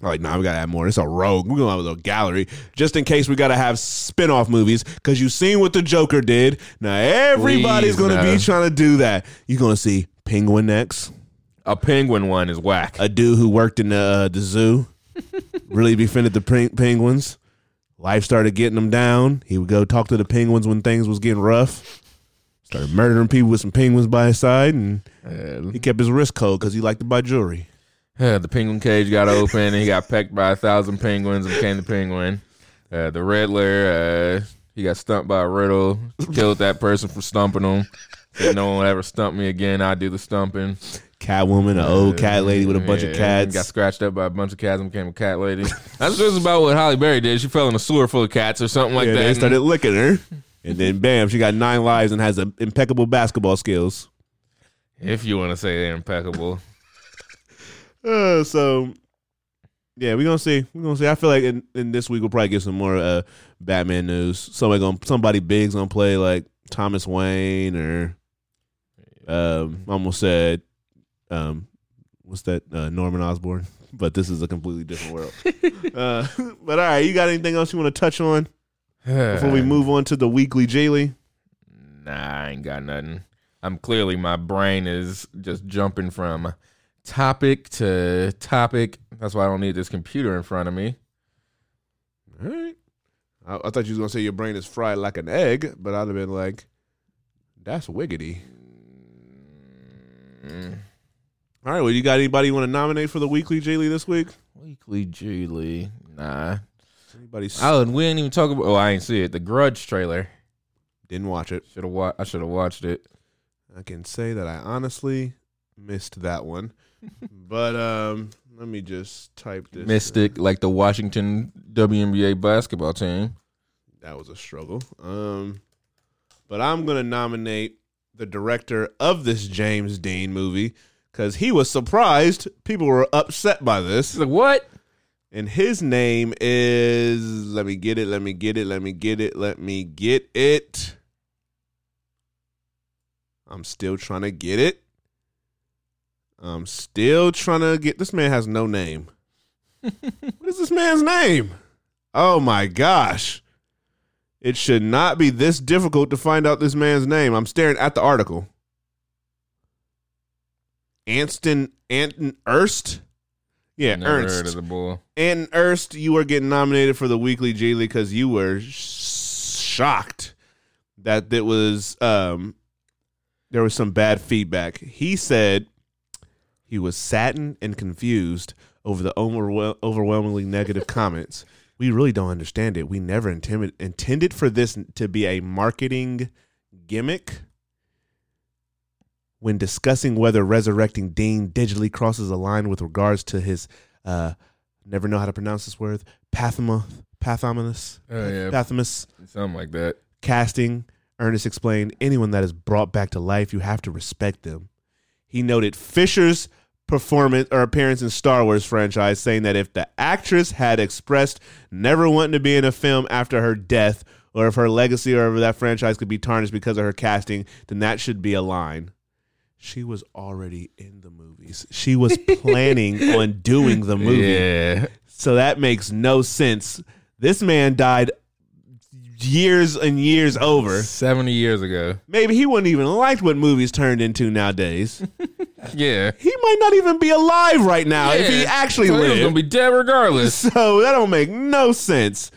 I'm like, nah, we gotta add more. It's a rogue. We're gonna have a little gallery just in case we gotta have spin-off movies. Cause you seen what the Joker did. Now everybody's Please, gonna no. be trying to do that. You're gonna see Penguin next, A penguin one is whack. a dude who worked in the uh, the zoo, really befriended the peng- penguins. Life started getting him down. He would go talk to the penguins when things was getting rough. Started murdering people with some penguins by his side, and Uh, he kept his wrist cold because he liked to buy jewelry. Uh, the penguin cage got open and he got pecked by a thousand penguins and became the penguin. Uh, the Riddler, uh, he got stumped by a riddle, killed that person for stumping him. Said, no one will ever stump me again. I do the stumping. Catwoman, an old cat lady with a bunch of Yeah, cats. Got scratched up by a bunch of cats and became a cat lady. That's just about what Holly Berry did. She fell in a sewer full of cats or something like yeah, that. they started licking her, and then bam, she got nine lives and has a, impeccable basketball skills. if you want to say they're impeccable. Uh, so yeah, we're gonna see. We're gonna see. I feel like in, in this week we'll probably get some more uh, Batman news. Somebody gonna somebody big's gonna play like Thomas Wayne or um almost said um what's that uh, Norman Osborn. *laughs* But this is a completely different world. uh, *laughs* but all right, you got anything else you want to touch on *sighs* before Uh, we move on to the weekly Jaylee? Nah, I ain't got nothing. I'm clearly my brain is just jumping from topic to topic. That's why I don't need this computer in front of me. All right. I, I thought you was gonna say your brain is fried like an egg, but I'd have been like, "That's wiggity." All right. Well, you got anybody you want to nominate for the weekly J Lee this week? Weekly Julie. Nah. Anybody s- Oh, and we didn't even talk about. Oh, I ain't see it. The Grudge trailer. didn't watch it? Should have wa- I should have watched it. I can say that I honestly missed that one. but um, let me just type this. Mystic, like the Washington WNBA basketball team. That was a struggle. Um, but I'm gonna nominate the director of this James Dean movie because he was surprised. People were upset by this. It's like what? And his name is let me get it, let me get it, let me get it, let me get it. I'm still trying to get it. I'm still trying to get this man has *laughs* no name. what is this man's name? Oh my gosh. It should not be this difficult to find out this man's name. I'm staring at the article. Anston Anton Erst? Yeah, Never Ernst. heard of the bull. And Erst, you are getting nominated for the weekly J League because you were sh- shocked that it was um there was some bad feedback. He said he was saddened and confused over the overwhel- overwhelmingly negative *laughs* comments. We really don't understand it. We never intended intended for this to be a marketing gimmick. When discussing whether resurrecting Dean digitally crosses a line with regards to his uh never know how to pronounce this word pathoma pathominous Oh yeah, pathomus something like that. casting, Ernest explained, anyone that is brought back to life, you have to respect them. He noted Fisher's performance or appearance in Star Wars franchise, saying that if the actress had expressed never wanting to be in a film after her death, or if her legacy or if that franchise could be tarnished because of her casting, then that should be a line. She was already in the movies. She was planning on doing the movie. Yeah, So that makes no sense. This man died years and years over. seventy years ago. Maybe he wouldn't even like what movies turned into nowadays. Yeah, he might not even be alive right now Uh, if he Yeah. actually So he was lived. gonna be dead regardless. so that don't make no sense.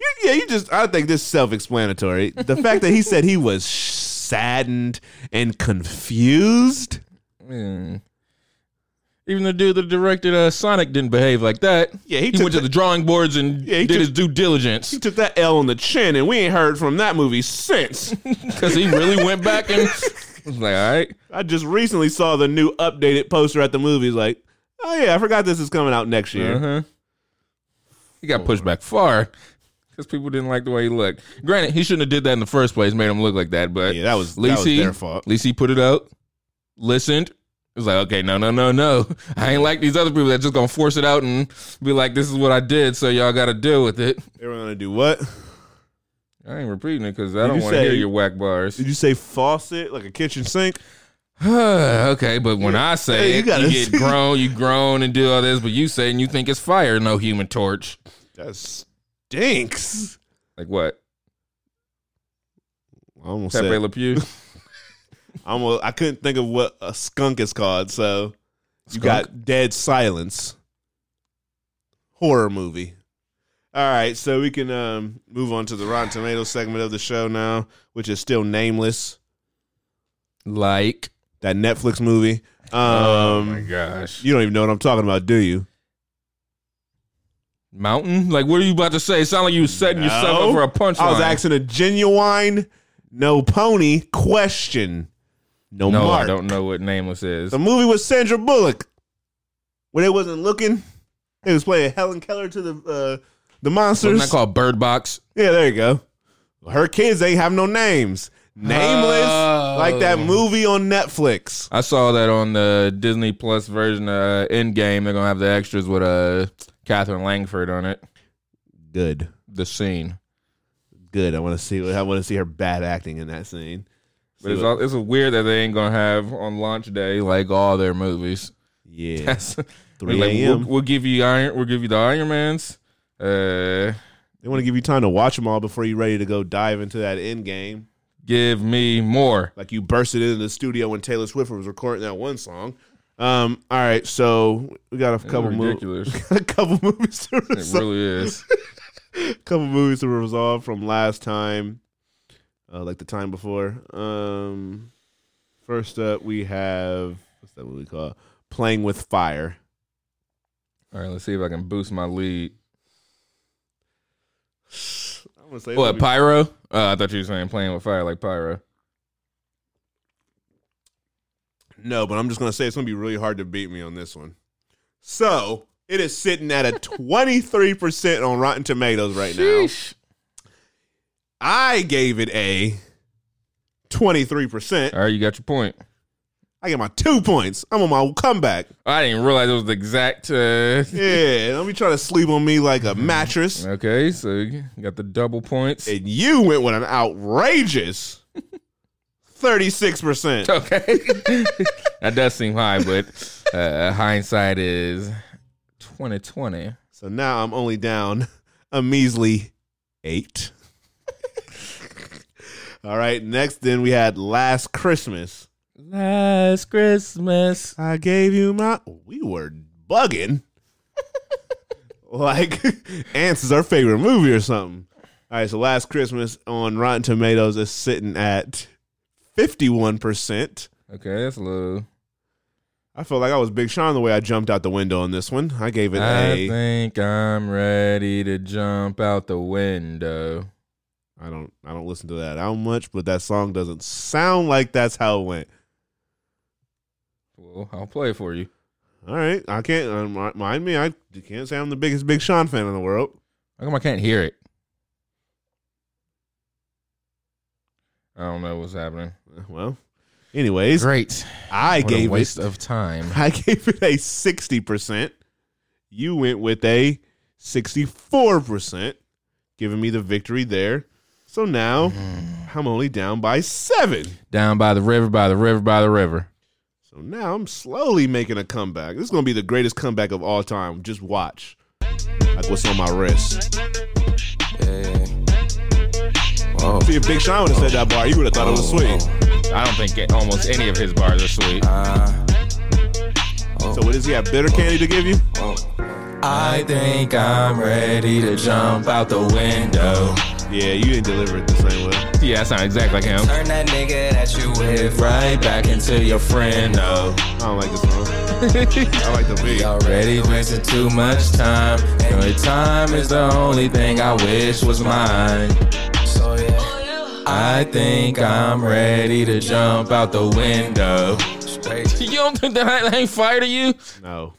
You, yeah, you just. I think this is self-explanatory. The fact that he said he was saddened and confused. Mm. Even the dude that directed uh, Sonic didn't behave like that. Yeah, he he, took went to the- the drawing boards and Yeah, he did took- his due diligence He took that L on the chin, and we ain't heard from that movie since. because he really went back *laughs* and was like, all right, I just recently saw the new updated poster at the movies. Like, oh yeah, I forgot this is coming out next year. uh huh. He got pushed back far because people didn't like the way he looked. Granted, he shouldn't have did that in the first place, made him look like that. But Yeah, that was- that Lisi, was their fault. Lisi put it out, listened. It was like, okay, no, no, no, no. *laughs* I ain't like these other people that just gonna force it out and be like, this is what I did, so y'all got to deal with it. They were gonna do what? I ain't repeating it because I don't you want to hear say- your whack bars. Did you say faucet like a kitchen sink? *sighs* okay, but when I say Hey, you it, you, *laughs* gotta- get grown, you groan and do all this, but you say and you think it's fire, no human torch. That stinks. Like what? I almost Pepe said. Le *laughs* Pew? I almost. I couldn't think of what a skunk is called. So you Skunk? got dead silence. Horror movie. All right, so we can um, move on to the Rotten Tomatoes segment of the show now, which is still nameless. like. That Netflix movie. Um, Oh my gosh. You don't even know what I'm talking about, do you? Mountain? Like what are you about to say? It sound like you was setting yourself No. up for a punchline. I was asking a genuine, no pony question. No, No, Mark. I don't know what Nameless is. The movie with Sandra Bullock. When they wasn't looking, they was playing Helen Keller to the uh, the monsters. Wasn't that called Bird Box? Yeah, there you go. Her kids ain't have no names. Nameless, Oh. like that movie on Netflix. I saw that on the Disney Plus version of Endgame. They're gonna have the extras with uh Catherine Langford on it. Good, The scene, good. I want to see. I want to see her bad acting in that scene. but it's all, it's weird that they ain't gonna have on launch day like all their movies. *laughs* Yeah, That's three like, a.m. we'll, we'll give you Iron. We'll give you the Iron Man's. Uh, they want to give you time to watch them all before you're ready to go dive into that end game. give me more. Like you bursted into the studio when Taylor Swift was recording that one song. Um, all right, so we got a couple movies. ridiculous. *laughs* a couple movies to it resolve. really is. couple movies to resolve from last time, uh, like the time before. Um, first up, we have what's that movie called? Playing with Fire. All right, let's see if I can boost my lead. I'm gonna say that What we- pyro? Uh, I thought you were saying playing with fire like pyro. no, but I'm just gonna say it's gonna be really hard to beat me on this one. So it is *laughs* sitting at a 23 percent on Rotten Tomatoes right now. I gave it a 23 percent. All right, you got your point. I get my two points. I'm on my *laughs* comeback. I didn't realize it was the exact. Uh, *laughs* Yeah, don't be trying to sleep on me like a Mm, mattress. okay, so you got the double points. and you went with an *laughs* outrageous 36%. Okay, *laughs* that does seem high, but uh, hindsight is twenty twenty. So now I'm only down a measly 8. All right, next then we had Last Christmas. Last Christmas. I gave you my we were bugging. *laughs* like Ants is our favorite movie or something. All right, so Last Christmas on Rotten Tomatoes is sitting at 51%. Okay, that's a little. I felt like I was Big Sean the way I jumped out the window on this one. I gave it a. I think I'm ready to jump out the window. I don't I don't listen to that album much, but that song doesn't sound like that's how it went. Well, I'll play it for you. All right, I can't um, mind me. I can't say I'm the biggest Big Sean fan in the world. *laughs* How come I can't hear it? I don't know what's happening. Well, anyways, Great. I What a gave waste it of time. *laughs* I gave it a sixty percent. You went with a sixty-four percent, giving me the victory there. So now Mm. I'm only down by seven. Down by the river, by the river, by the river. So now I'm slowly making a comeback. This is gonna be the greatest comeback of all time. Just watch, like what's on my wrist. Oh, See if Big Sean would have said that bar, you would have thought it was sweet. I don't think it- almost any of his bars are sweet. So what does he have? Bitter candy to give you? I think I'm ready to jump out the window. Yeah, you didn't deliver it the same way. Yeah, that sounds exactly like *laughs* him. Turn that nigga that you with Right back into your friend, though. I don't like this song. I like the beat. Already wasting too much time. And your time is the only thing I wish was mine. So Oh, yeah, I think I'm ready to jump out the window. straight. You don't think that ain't fire to you? No,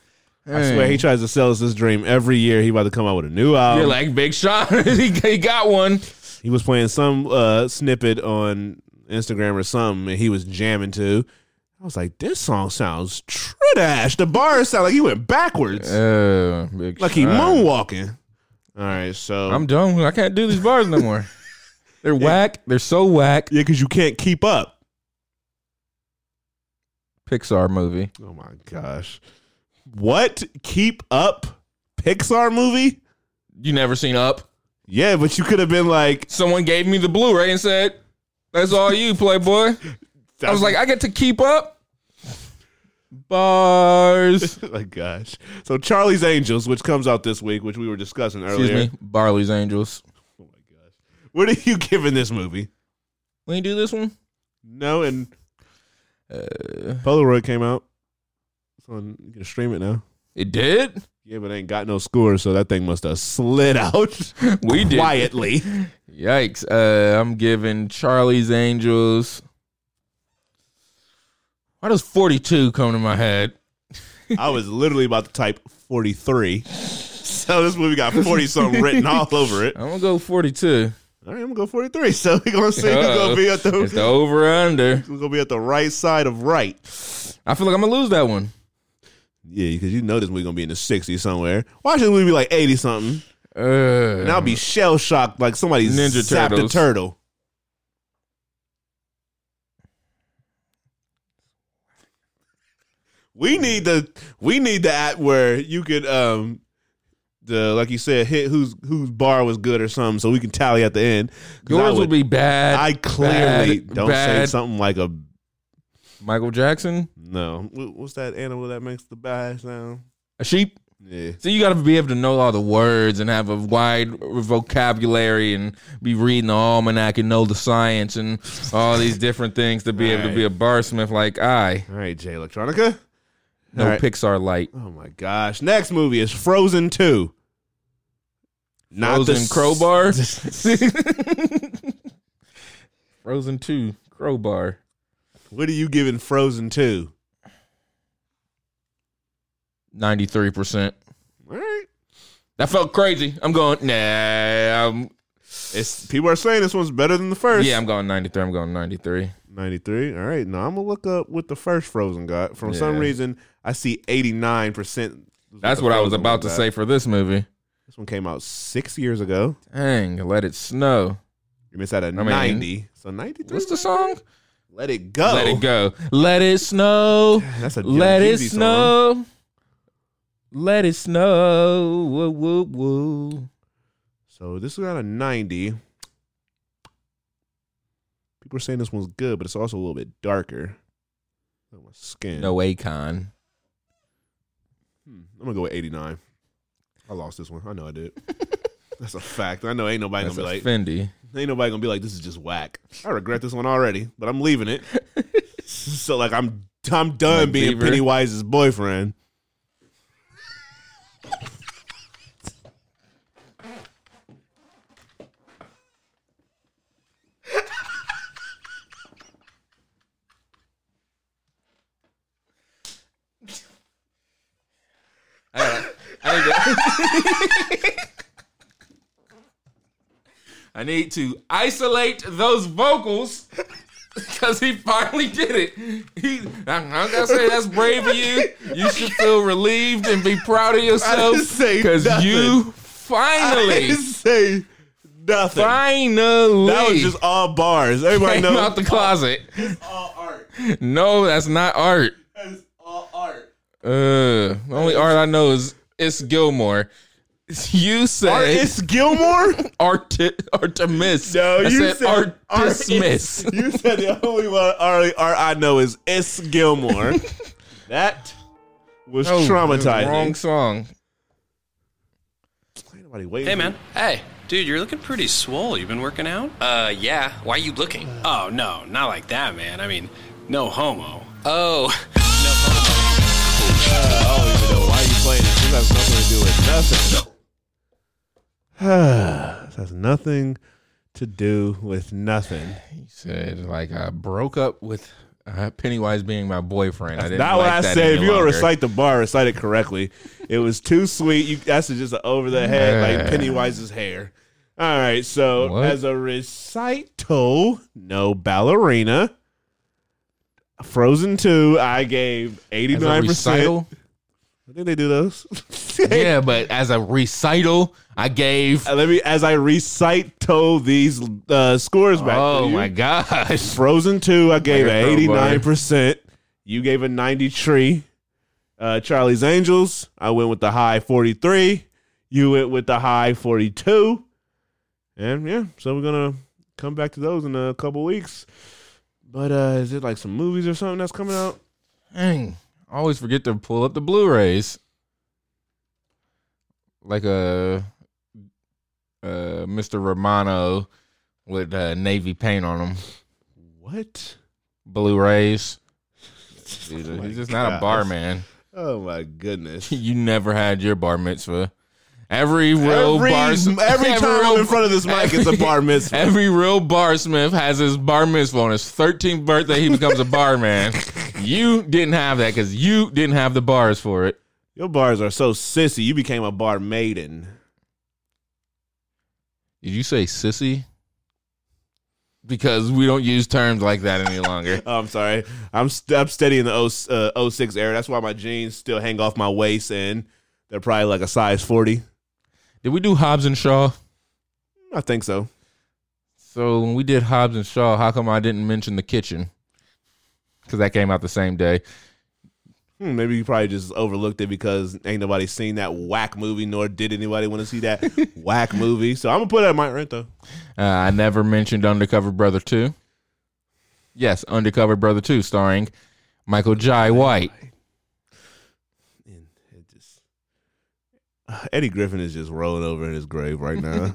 I swear he tries to sell us this dream every year. He about to come out with a new album. You're like Big Sean. *laughs* he, he got one. he was playing some uh, snippet on Instagram or something, and he was jamming to. I was like, this song sounds trash. The bars sound like he went backwards, Uh, Big like he Sean. moonwalking. All right, so I'm done. I can't do these bars no *laughs* more. They're whack. They're so whack. yeah, because you can't keep up. Pixar movie. Oh my gosh, what keep up Pixar movie? You never seen Up? Yeah, but you could have been like, Someone gave me the Blu-ray and said, "That's all you, Playboy." I was like, I get to keep up. Bars. *laughs* oh my gosh. So Charlie's Angels, which comes out this week, which we were discussing earlier. *laughs* Excuse me. Barley's Angels. What are you giving this movie? We ain't do this one. No, and Uh, Polaroid came out. It's on. You can stream it now. It did. Yeah, but it ain't got no score, so that thing must have slid out *laughs* We did. quietly. Yikes. Uh, I'm giving Charlie's Angels Why does 42 come to my head? I was literally about to type 43. So this movie got *laughs* 40 something written all over it. I'm gonna go 42. All right, I'm gonna go 43. So we're gonna see who's gonna be at Uh, It's the the over under. who's gonna be at the right side of right. I feel like I'm gonna lose that one. Yeah, because you know this movie gonna be in the 60s somewhere. Why should we be like 80 something? Uh, And I'll be shell shocked like somebody Ninja Ninja zapped Turtles. a turtle. We need the we need the app where you could um the like you said hit whose whose bar was good or something so we can tally at the end. 'Cause I yours would, be bad. I clearly bad, don't bad. say something like a Michael Jackson, no. Wh- What's that animal that makes the bad sound? a sheep. Yeah. So you got to be able to know all the words and have a wide vocabulary and be reading the almanac and know the science and all these different things to be able to be a barsmith like I. All right, Jay Electronica. No All right. Pixar light. Oh my gosh. Next movie is Frozen 2. Not the Frozen s- crowbar. Frozen two crowbar. *laughs* What are you giving Frozen 2? Ninety three percent. All right. That felt crazy. I'm going. Nah. I'm, It's people are saying this one's better than the first. yeah, I'm going ninety three. I'm going ninety three. 93. All right. Now I'm going to look up what the first Frozen got. For some Yeah. reason, I see 89%. was That's the what I was Frozen about one to got. say for this movie. This one came out 6 years ago. Dang, let it snow. You missed out at mean, 90. So 93. What's the song? Let it go. Let it go. Let it snow. That's a Jim Let it Jeezy song. snow. Let it snow. Woo woo woo. So this got a 90. People are saying this one's good, but it's also a little bit darker. Oh, my skin. No Akon. Hmm, I'm gonna go with 89. I lost this one. I know *laughs* I did. That's a fact. I know ain't nobody That's a gonna be like Fendi. ain't nobody gonna be like this is just whack. I regret this one already, but I'm *laughs* leaving it. so like I'm I'm done Like being Bieber. Pennywise's boyfriend. I need to, *laughs* I need to isolate those vocals *laughs* because he finally did it. He, I'm, I'm gonna say that's brave of you. You should feel relieved and be proud of yourself say because you *laughs* finally, didn't say nothing. finally, *laughs* That was just all bars. came Everybody knows out the closet. all art. No, that's not art. That's all art. Uh, the only art I know is it's Gilmore. You say Artist Gilmore? Arti- Artemis. No, I you said, said Artemis. *laughs* *laughs* *laughs* You said the only one art, art I know is S. *laughs* Gilmore. that was Oh, traumatizing. Wrong song. Ain't nobody waiting. Hey, man. Hey, dude, you're looking pretty swole. You been working out? Uh, yeah. Why are you looking? Oh, no, not like that, man. I mean, no homo. Oh. I don't even know why you playing this. This has nothing to do with nothing. *sighs* this has nothing to do with nothing. He said, like, I broke up with uh, Pennywise being my boyfriend. I didn't Not like what I that say. any If you don't longer. recite the bar, recite it correctly. it was too sweet. You that's just a over the head Yeah. like Pennywise's hair. All right, so What? as a recital, no ballerina. Frozen two, I gave eighty as a nine percent. recital, Did they do those? *laughs* yeah, but as a recital, I gave. Uh, Let me as I recite to these uh, scores back. to Oh you. my gosh! Frozen two, I gave Like a a crowbar. eighty nine percent. You gave a ninety three. Uh, Charlie's Angels, I went with the high forty three. You went with the high forty two, and yeah, so we're gonna come back to those in a couple weeks. But uh, is it like some movies or something that's coming out? Dang, I always forget to pull up the Blu-rays. Like a uh, Mr. Romano with uh, navy paint on them. What? Blu-rays. Dude, my he's just not a gosh. barman. Oh my *laughs* goodness! You never had your bar mitzvah. Every real *laughs* Every, bar, *laughs* every time I'm in front of this mic, it's a bar mitzvah. *laughs* Every real barsmith has his bar mitzvah on his 13th birthday. He becomes a barman. You didn't have that because you didn't have the bars for it. Your bars are so sissy. You became a bar maiden. Did you say sissy? Because we don't use terms like that any *laughs* longer. oh, I'm sorry. I'm st- I'm steady in the 0, uh, 06 era. That's why my jeans still hang off my waist and they're probably like a size 40. Did we do Hobbs and Shaw? I think so. So when we did Hobbs and Shaw, how come I didn't mention the kitchen? Because that came out the same day. Hmm, maybe you probably just overlooked it because ain't nobody seen that whack movie, nor did anybody want to see that whack movie. So I'm gonna put it at my rent though. Uh, I never mentioned Undercover Brother 2. Yes, Undercover Brother 2, starring Michael Jai White. uh, Eddie Griffin is just rolling over in his grave right now.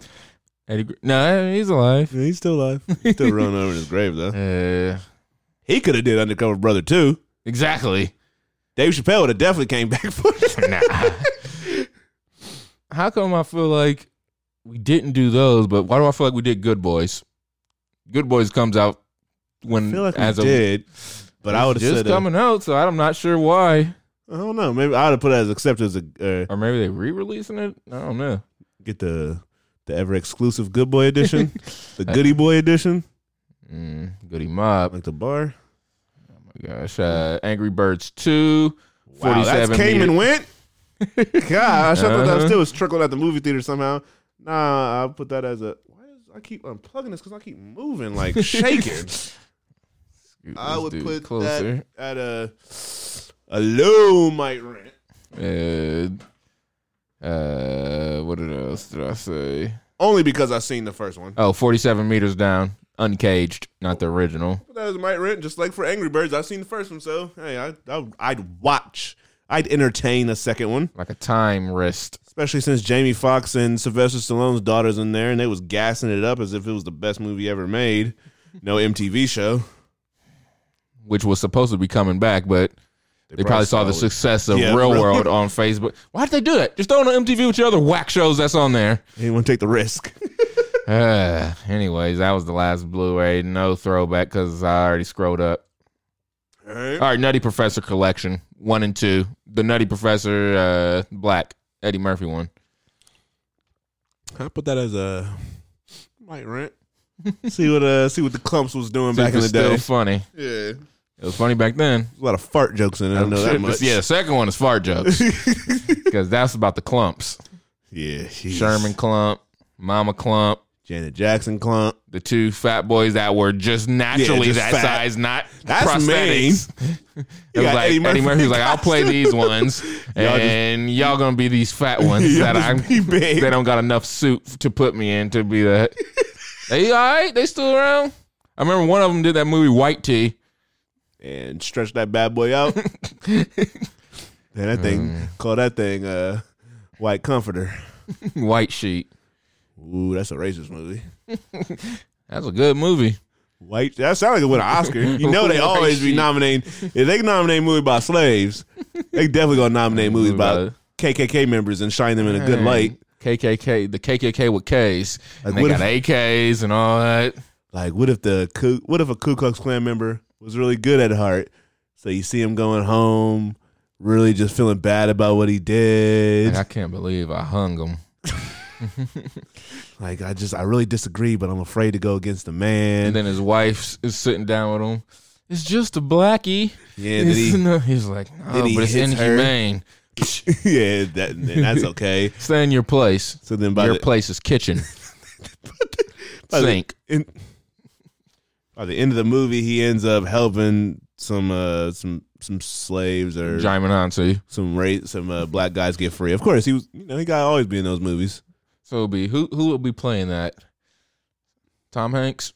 Eddie, Gr- no, he's alive. Uh, he's still alive. He's still rolling over in his grave though. he could have did Undercover Brother too. Exactly. Dave Chappelle would have definitely came back for it. How come I feel like we didn't do those, but why do I feel like we did Good Boys? Good Boys comes out when I feel like as we a did, but I would It's have just said uh, I coming out, so I'm not sure why. don't know. Maybe I would have put it as accepted as a uh, Or maybe they re-releasing it. I don't know. get the the ever exclusive Good Boy edition, the Goody Boy edition, Mm, Goody Mob. like the bar. Gosh, uh, Angry Birds Two. Wow, that's 47 came meter- and went. Gosh, I thought that Uh-huh. still was trickling at the movie theater somehow. Nah, I put that as a. Why does I keep unplugging this? Because I keep moving like shaking. Scoot I this would dude put that at a a low might rent Uh, uh, what else did I say? only because I seen the first one. Oh, 47 meters down, uncaged, not the original. But that is might rent just like for Angry Birds. I've seen the first one, so hey, I, I I'd watch. I'd entertain a second one, Like a time wrist. especially since Jamie Foxx and Sylvester Stallone's daughters in there, and they was gassing it up as if it was the best movie ever made. No *laughs* MTV show. which was supposed to be coming back, but they, probably, probably saw the saw it. success of Yeah, Real Real- World on Facebook. Why'd they do that? Just throw it on MTV with your other whack shows that's on there. *sighs* He wouldn't take *laughs* the risk. Uh, anyways, that was the last Blu-ray. No throwback because I already scrolled up. All right. All right, Nutty Professor collection one and two. The Nutty Professor uh, Black Eddie Murphy one. I put that as a might rent. see what uh see what the clumps was doing back It in the was day. still funny. yeah, there's It was funny back then. a lot of fart jokes in it. I know that much. Yeah, the second one is fart *laughs* jokes because that's about the clumps. yeah. jeez. Sherman Clump, Mama Clump. Janet Jackson clump. the two fat boys that were just naturally just that fat. size, not That's *laughs* prosthetics. it was got like Eddie Eddie Murphy Murphy, was like, "I'll play these costume." ones, *laughs* Y'all just- and y'all gonna be these fat ones *laughs* Y'all that just I'm. be big. They don't got enough suit to put me in to be that. *laughs* they all right? They still around? I remember one of them did that movie White Tea. and stretch that bad boy out. and that thing, Mm. call that thing uh, White Comforter. *laughs* White Sheet. Ooh, that's a racist movie. That's a good movie. White, that sounds like it win an Oscar. You know *laughs* they White always be sheet. nominating. If they nominate a movie about slaves, they definitely gonna nominate movies about KKK members and shine them in a good light. KKK, the KKK with K's. Like, and they what got AKs and all that. Like, what if the Ku- what if a Ku Klux Klan member was really good at heart? So you see him going home, really just feeling bad about what he did. Like, I can't believe I hung them. Like, I just, I really disagree, but I'm afraid to go against the man. And then his wife s- is sitting down with him. It's just a blackie. Yeah, did It's *laughs* he- no- he's like, oh, he but it's hits her?" inhumane. *laughs* *laughs* yeah, that, that's okay. Stay in your place. So then by Your the, place is kitchen. *laughs* by the- Sink. in- by the end of the movie, he ends up helping some uh, some some slaves or Jaimin Hansu. some ra- some uh, black guys get free. Of course, he was you know he got to always be in those movies. So it'll be who who will be playing that? Tom *laughs* Hanks.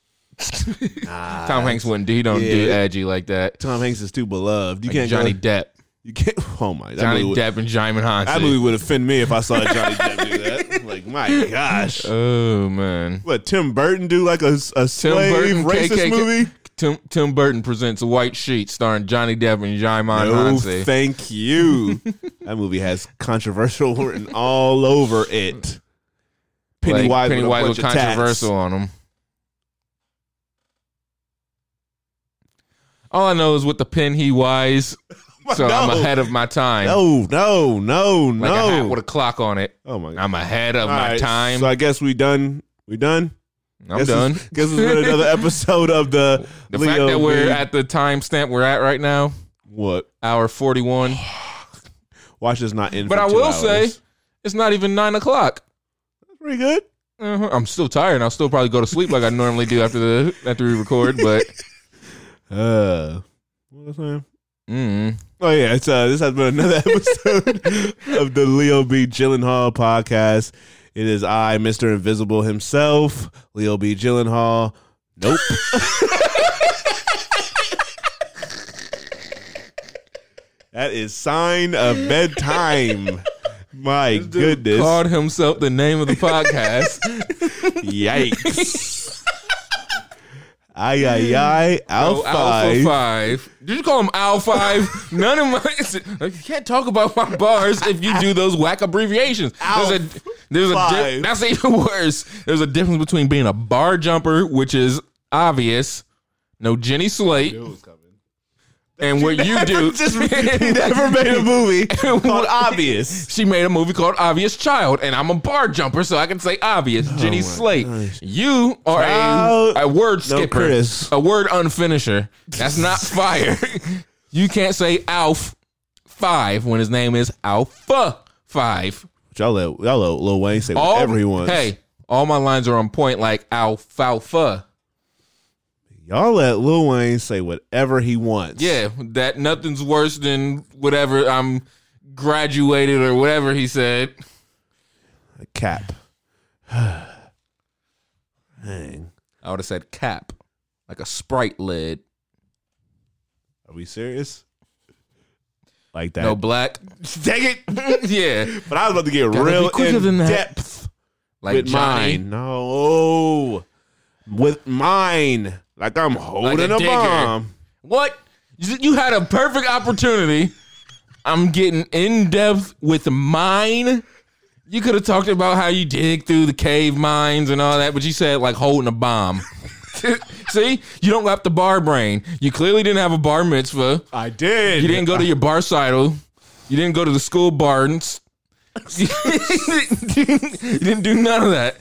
Tom Hanks wouldn't do. He don't do Yeah. edgy like that. Tom Hanks is too beloved. You Like can't Johnny go, Depp. You can't. *laughs* Oh my! That Johnny movie would, Depp and Jaimin Hansu. That movie would offend me if I saw Johnny Depp do that. *laughs* Like my gosh. oh man. what Tim Burton do like a, a slave Burton, racist KKK. movie? Tim Tim Burton presents White Sheet starring Johnny Depp and Jaimin No, Hansu. *laughs* thank you. that movie has controversial *laughs* written all over it. Pennywise, like, with a Pennywise bunch was of *laughs* tats. controversial on him. All I know is with the pen he *laughs* wise, so I'm No. ahead of my time. No, no, no, like a hat no. with a clock on it. Oh my god. I'm ahead of All my right, time. So I guess we done. We done. I'm *laughs* Guess done. It's, guess it's been another episode of the. *laughs* The Leo fact that we're B. at the timestamp we're at right now, what? hour 41. *sighs* Watch this not end. But for I two will hours. say, it's not even nine o'clock. pretty good. Uh-huh. I'm still tired. and I'll still probably go to sleep like I normally do after the after we record. But Uh, what was I saying? mm, Oh yeah, it's uh, this has been another *laughs* episode of the Leo B. Gyllenhaal podcast. It is I, Mister Invisible himself, Leo B. Gyllenhaal. Nope. *laughs* that is sign of bedtime. My goodness! *laughs* called himself the name of the podcast. Yikes! Ay ay ay! Al Oh, Alpha five. Five. Did you call him Al *laughs* Five? None of my. it's- You can't talk about my bars if you do those whack abbreviations. There's a. There's a. Di- Five. that's even worse. There's a difference between being a bar jumper, which is obvious, no Jenny Slate, and what you do. Just he *laughs* *laughs* never made a movie called Obvious. She made a movie called Obvious Child, and I'm a bar jumper, so I can say obvious. Jenny Slate. You are Oh Child. a, a word skipper, Chris. a word unfinisher. That's *laughs* not fire. you can't say Alf Five when his name is Alpha Five. Y'all let y'all let Lil Wayne say All whatever he wants. Hey, all my lines are on point, like alfalfa. y'all let Lil Wayne say whatever he wants. Yeah, that nothing's worse than whatever I'm graduated or whatever he said. A cap. *sighs* Dang. I would have said cap, like a Sprite lid. Are we serious? Like that? No black. Dang *laughs* it! yeah. but I was about to get Gotta be real quicker in than that. depth Like with Johnny. mine. No, with mine. Like I'm holding a a, digger. bomb. What? You you had a perfect opportunity. I'm getting in depth with mine. You could have talked about how you dig through the cave mines and all that, but you said like holding a bomb. *laughs* See, you don't have the bar brain. You clearly didn't have a bar mitzvah. I did. You didn't go to your bar sidle. You didn't go to the school barns. *laughs* you didn't do none of that.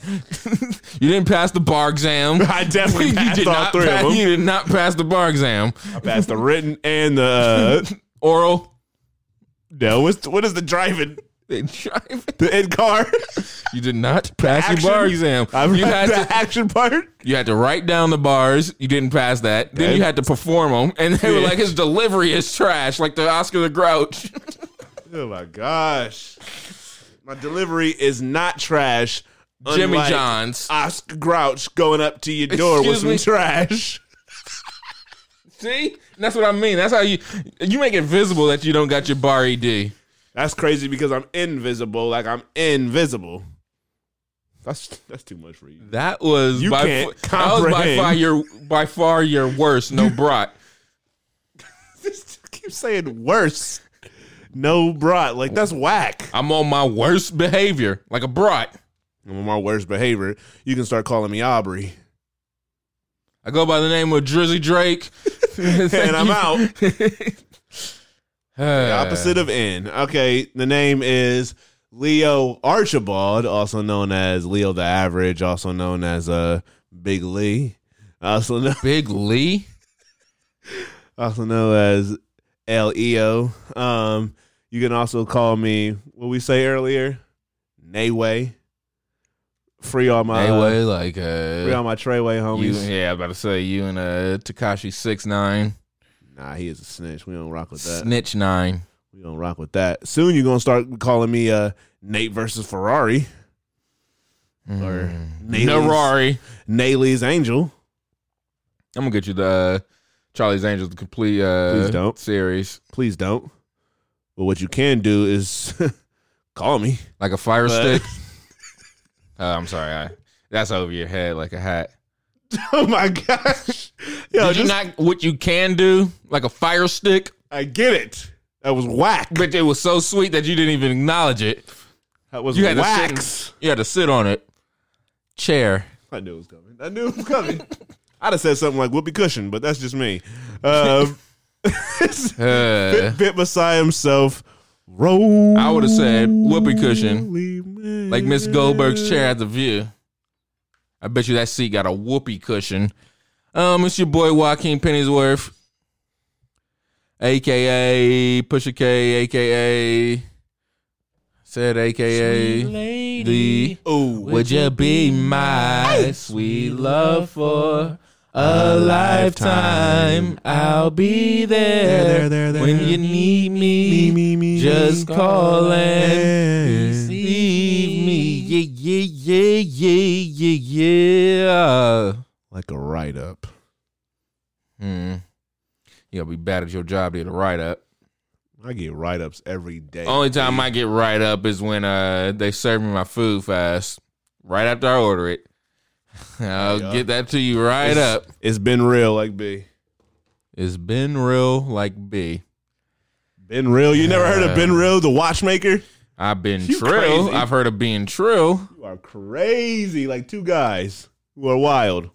*laughs* you didn't pass the bar exam. *laughs* *laughs* I definitely passed all not three of pass, them. You did not pass the bar exam. I passed the written *laughs* and the. Uh, Oral. no, what's what is the driving? They drive. The end car. *laughs* You did not pass Action. your bar *laughs* exam. I you had the to action part. you had to write down the bars. You didn't pass that. Then you had to perform them, and they were Yeah. like, "His delivery is trash," like the Oscar the *laughs* Grouch. Oh my gosh. My delivery is not trash. Jimmy unlike John's. Oscar Grouch going up to your door Excuse me? with some trash. See, And that's what I mean. That's how you you make it visible that you don't got your bar E ED. That's crazy because I'm invisible. Like I'm invisible. That's that's too much for you. *laughs* That was You by can't fa- that was by comprehend. far your by far your worst. No brat. keep saying worse. No brat. Like that's whack. I'm on my worst behavior, like a brat. I'm on my worst behavior. You can start calling me Aubrey. I go by the name of Drizzy Drake, *laughs* And I'm *laughs* out. The Uh, opposite of N. Okay, the name is Leo Archibald, also known as Leo the Average, also known as uh, Big Lee, also known, Big Lee. also known as Leo. Um, you can also call me what we say earlier, Nayway. Free all my anyway, like free uh, all my Treyway you, homies. yeah, I'm about to say you and uh Takashi six nine Nah, he is a snitch. We don't rock with that. snitch nine. We don't rock with that. Soon you're gonna start calling me uh, Nate versus Ferrari. Mm. Or Naylee's- Narari. Naylee's Angel. I'm gonna get you the uh, Charlie's Angels the complete uh Please don't. series. Please don't. But what you can do is *laughs* call me. *laughs* Like a fire But- stick. *laughs* Uh, I'm sorry, I, that's over your head like a hat. Oh my gosh. Yo, Did you just- not what you can do like a fire stick? I get it. That was whack. But it was so sweet that you didn't even acknowledge it. That was You had to wax. sit. You had to sit on it. Chair. *laughs* *laughs* I *laughs* knew it was coming. I knew it was coming. I'd have said something like whoopee cushion, but that's just me. Um, *laughs* Fit, fit beside himself. Roll. Uh, I would have said whoopee cushion, like Miss Goldberg's chair at the View. I bet you that seat got a whoopee cushion. Um, it's your boy Joaquin Pennyworth, aka Pusha K, aka said aka the. Ooh, would you be my sweet love for? A lifetime, I'll be there, There, there, there, there. when you need me. me, me, Just me. call and Yeah. receive me. Yeah, yeah, yeah, yeah, yeah, yeah. Like a write up. Hmm. You gotta be bad at your job to get a write up. I get write ups every day. Only time I get write up is when uh they serve me my food fast right after I order it. *laughs* I'll Yeah. get that to you right It's- up. It's been real, like B. It's been real like B. Been real. You never heard Uh, of Ben Real, the watchmaker? I've been You trill. crazy. I've heard of being trill. You are crazy. Like two guys who are wild.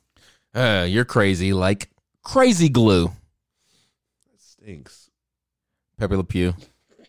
Uh, you're crazy like crazy glue. Stinks. Pepe Le Pew.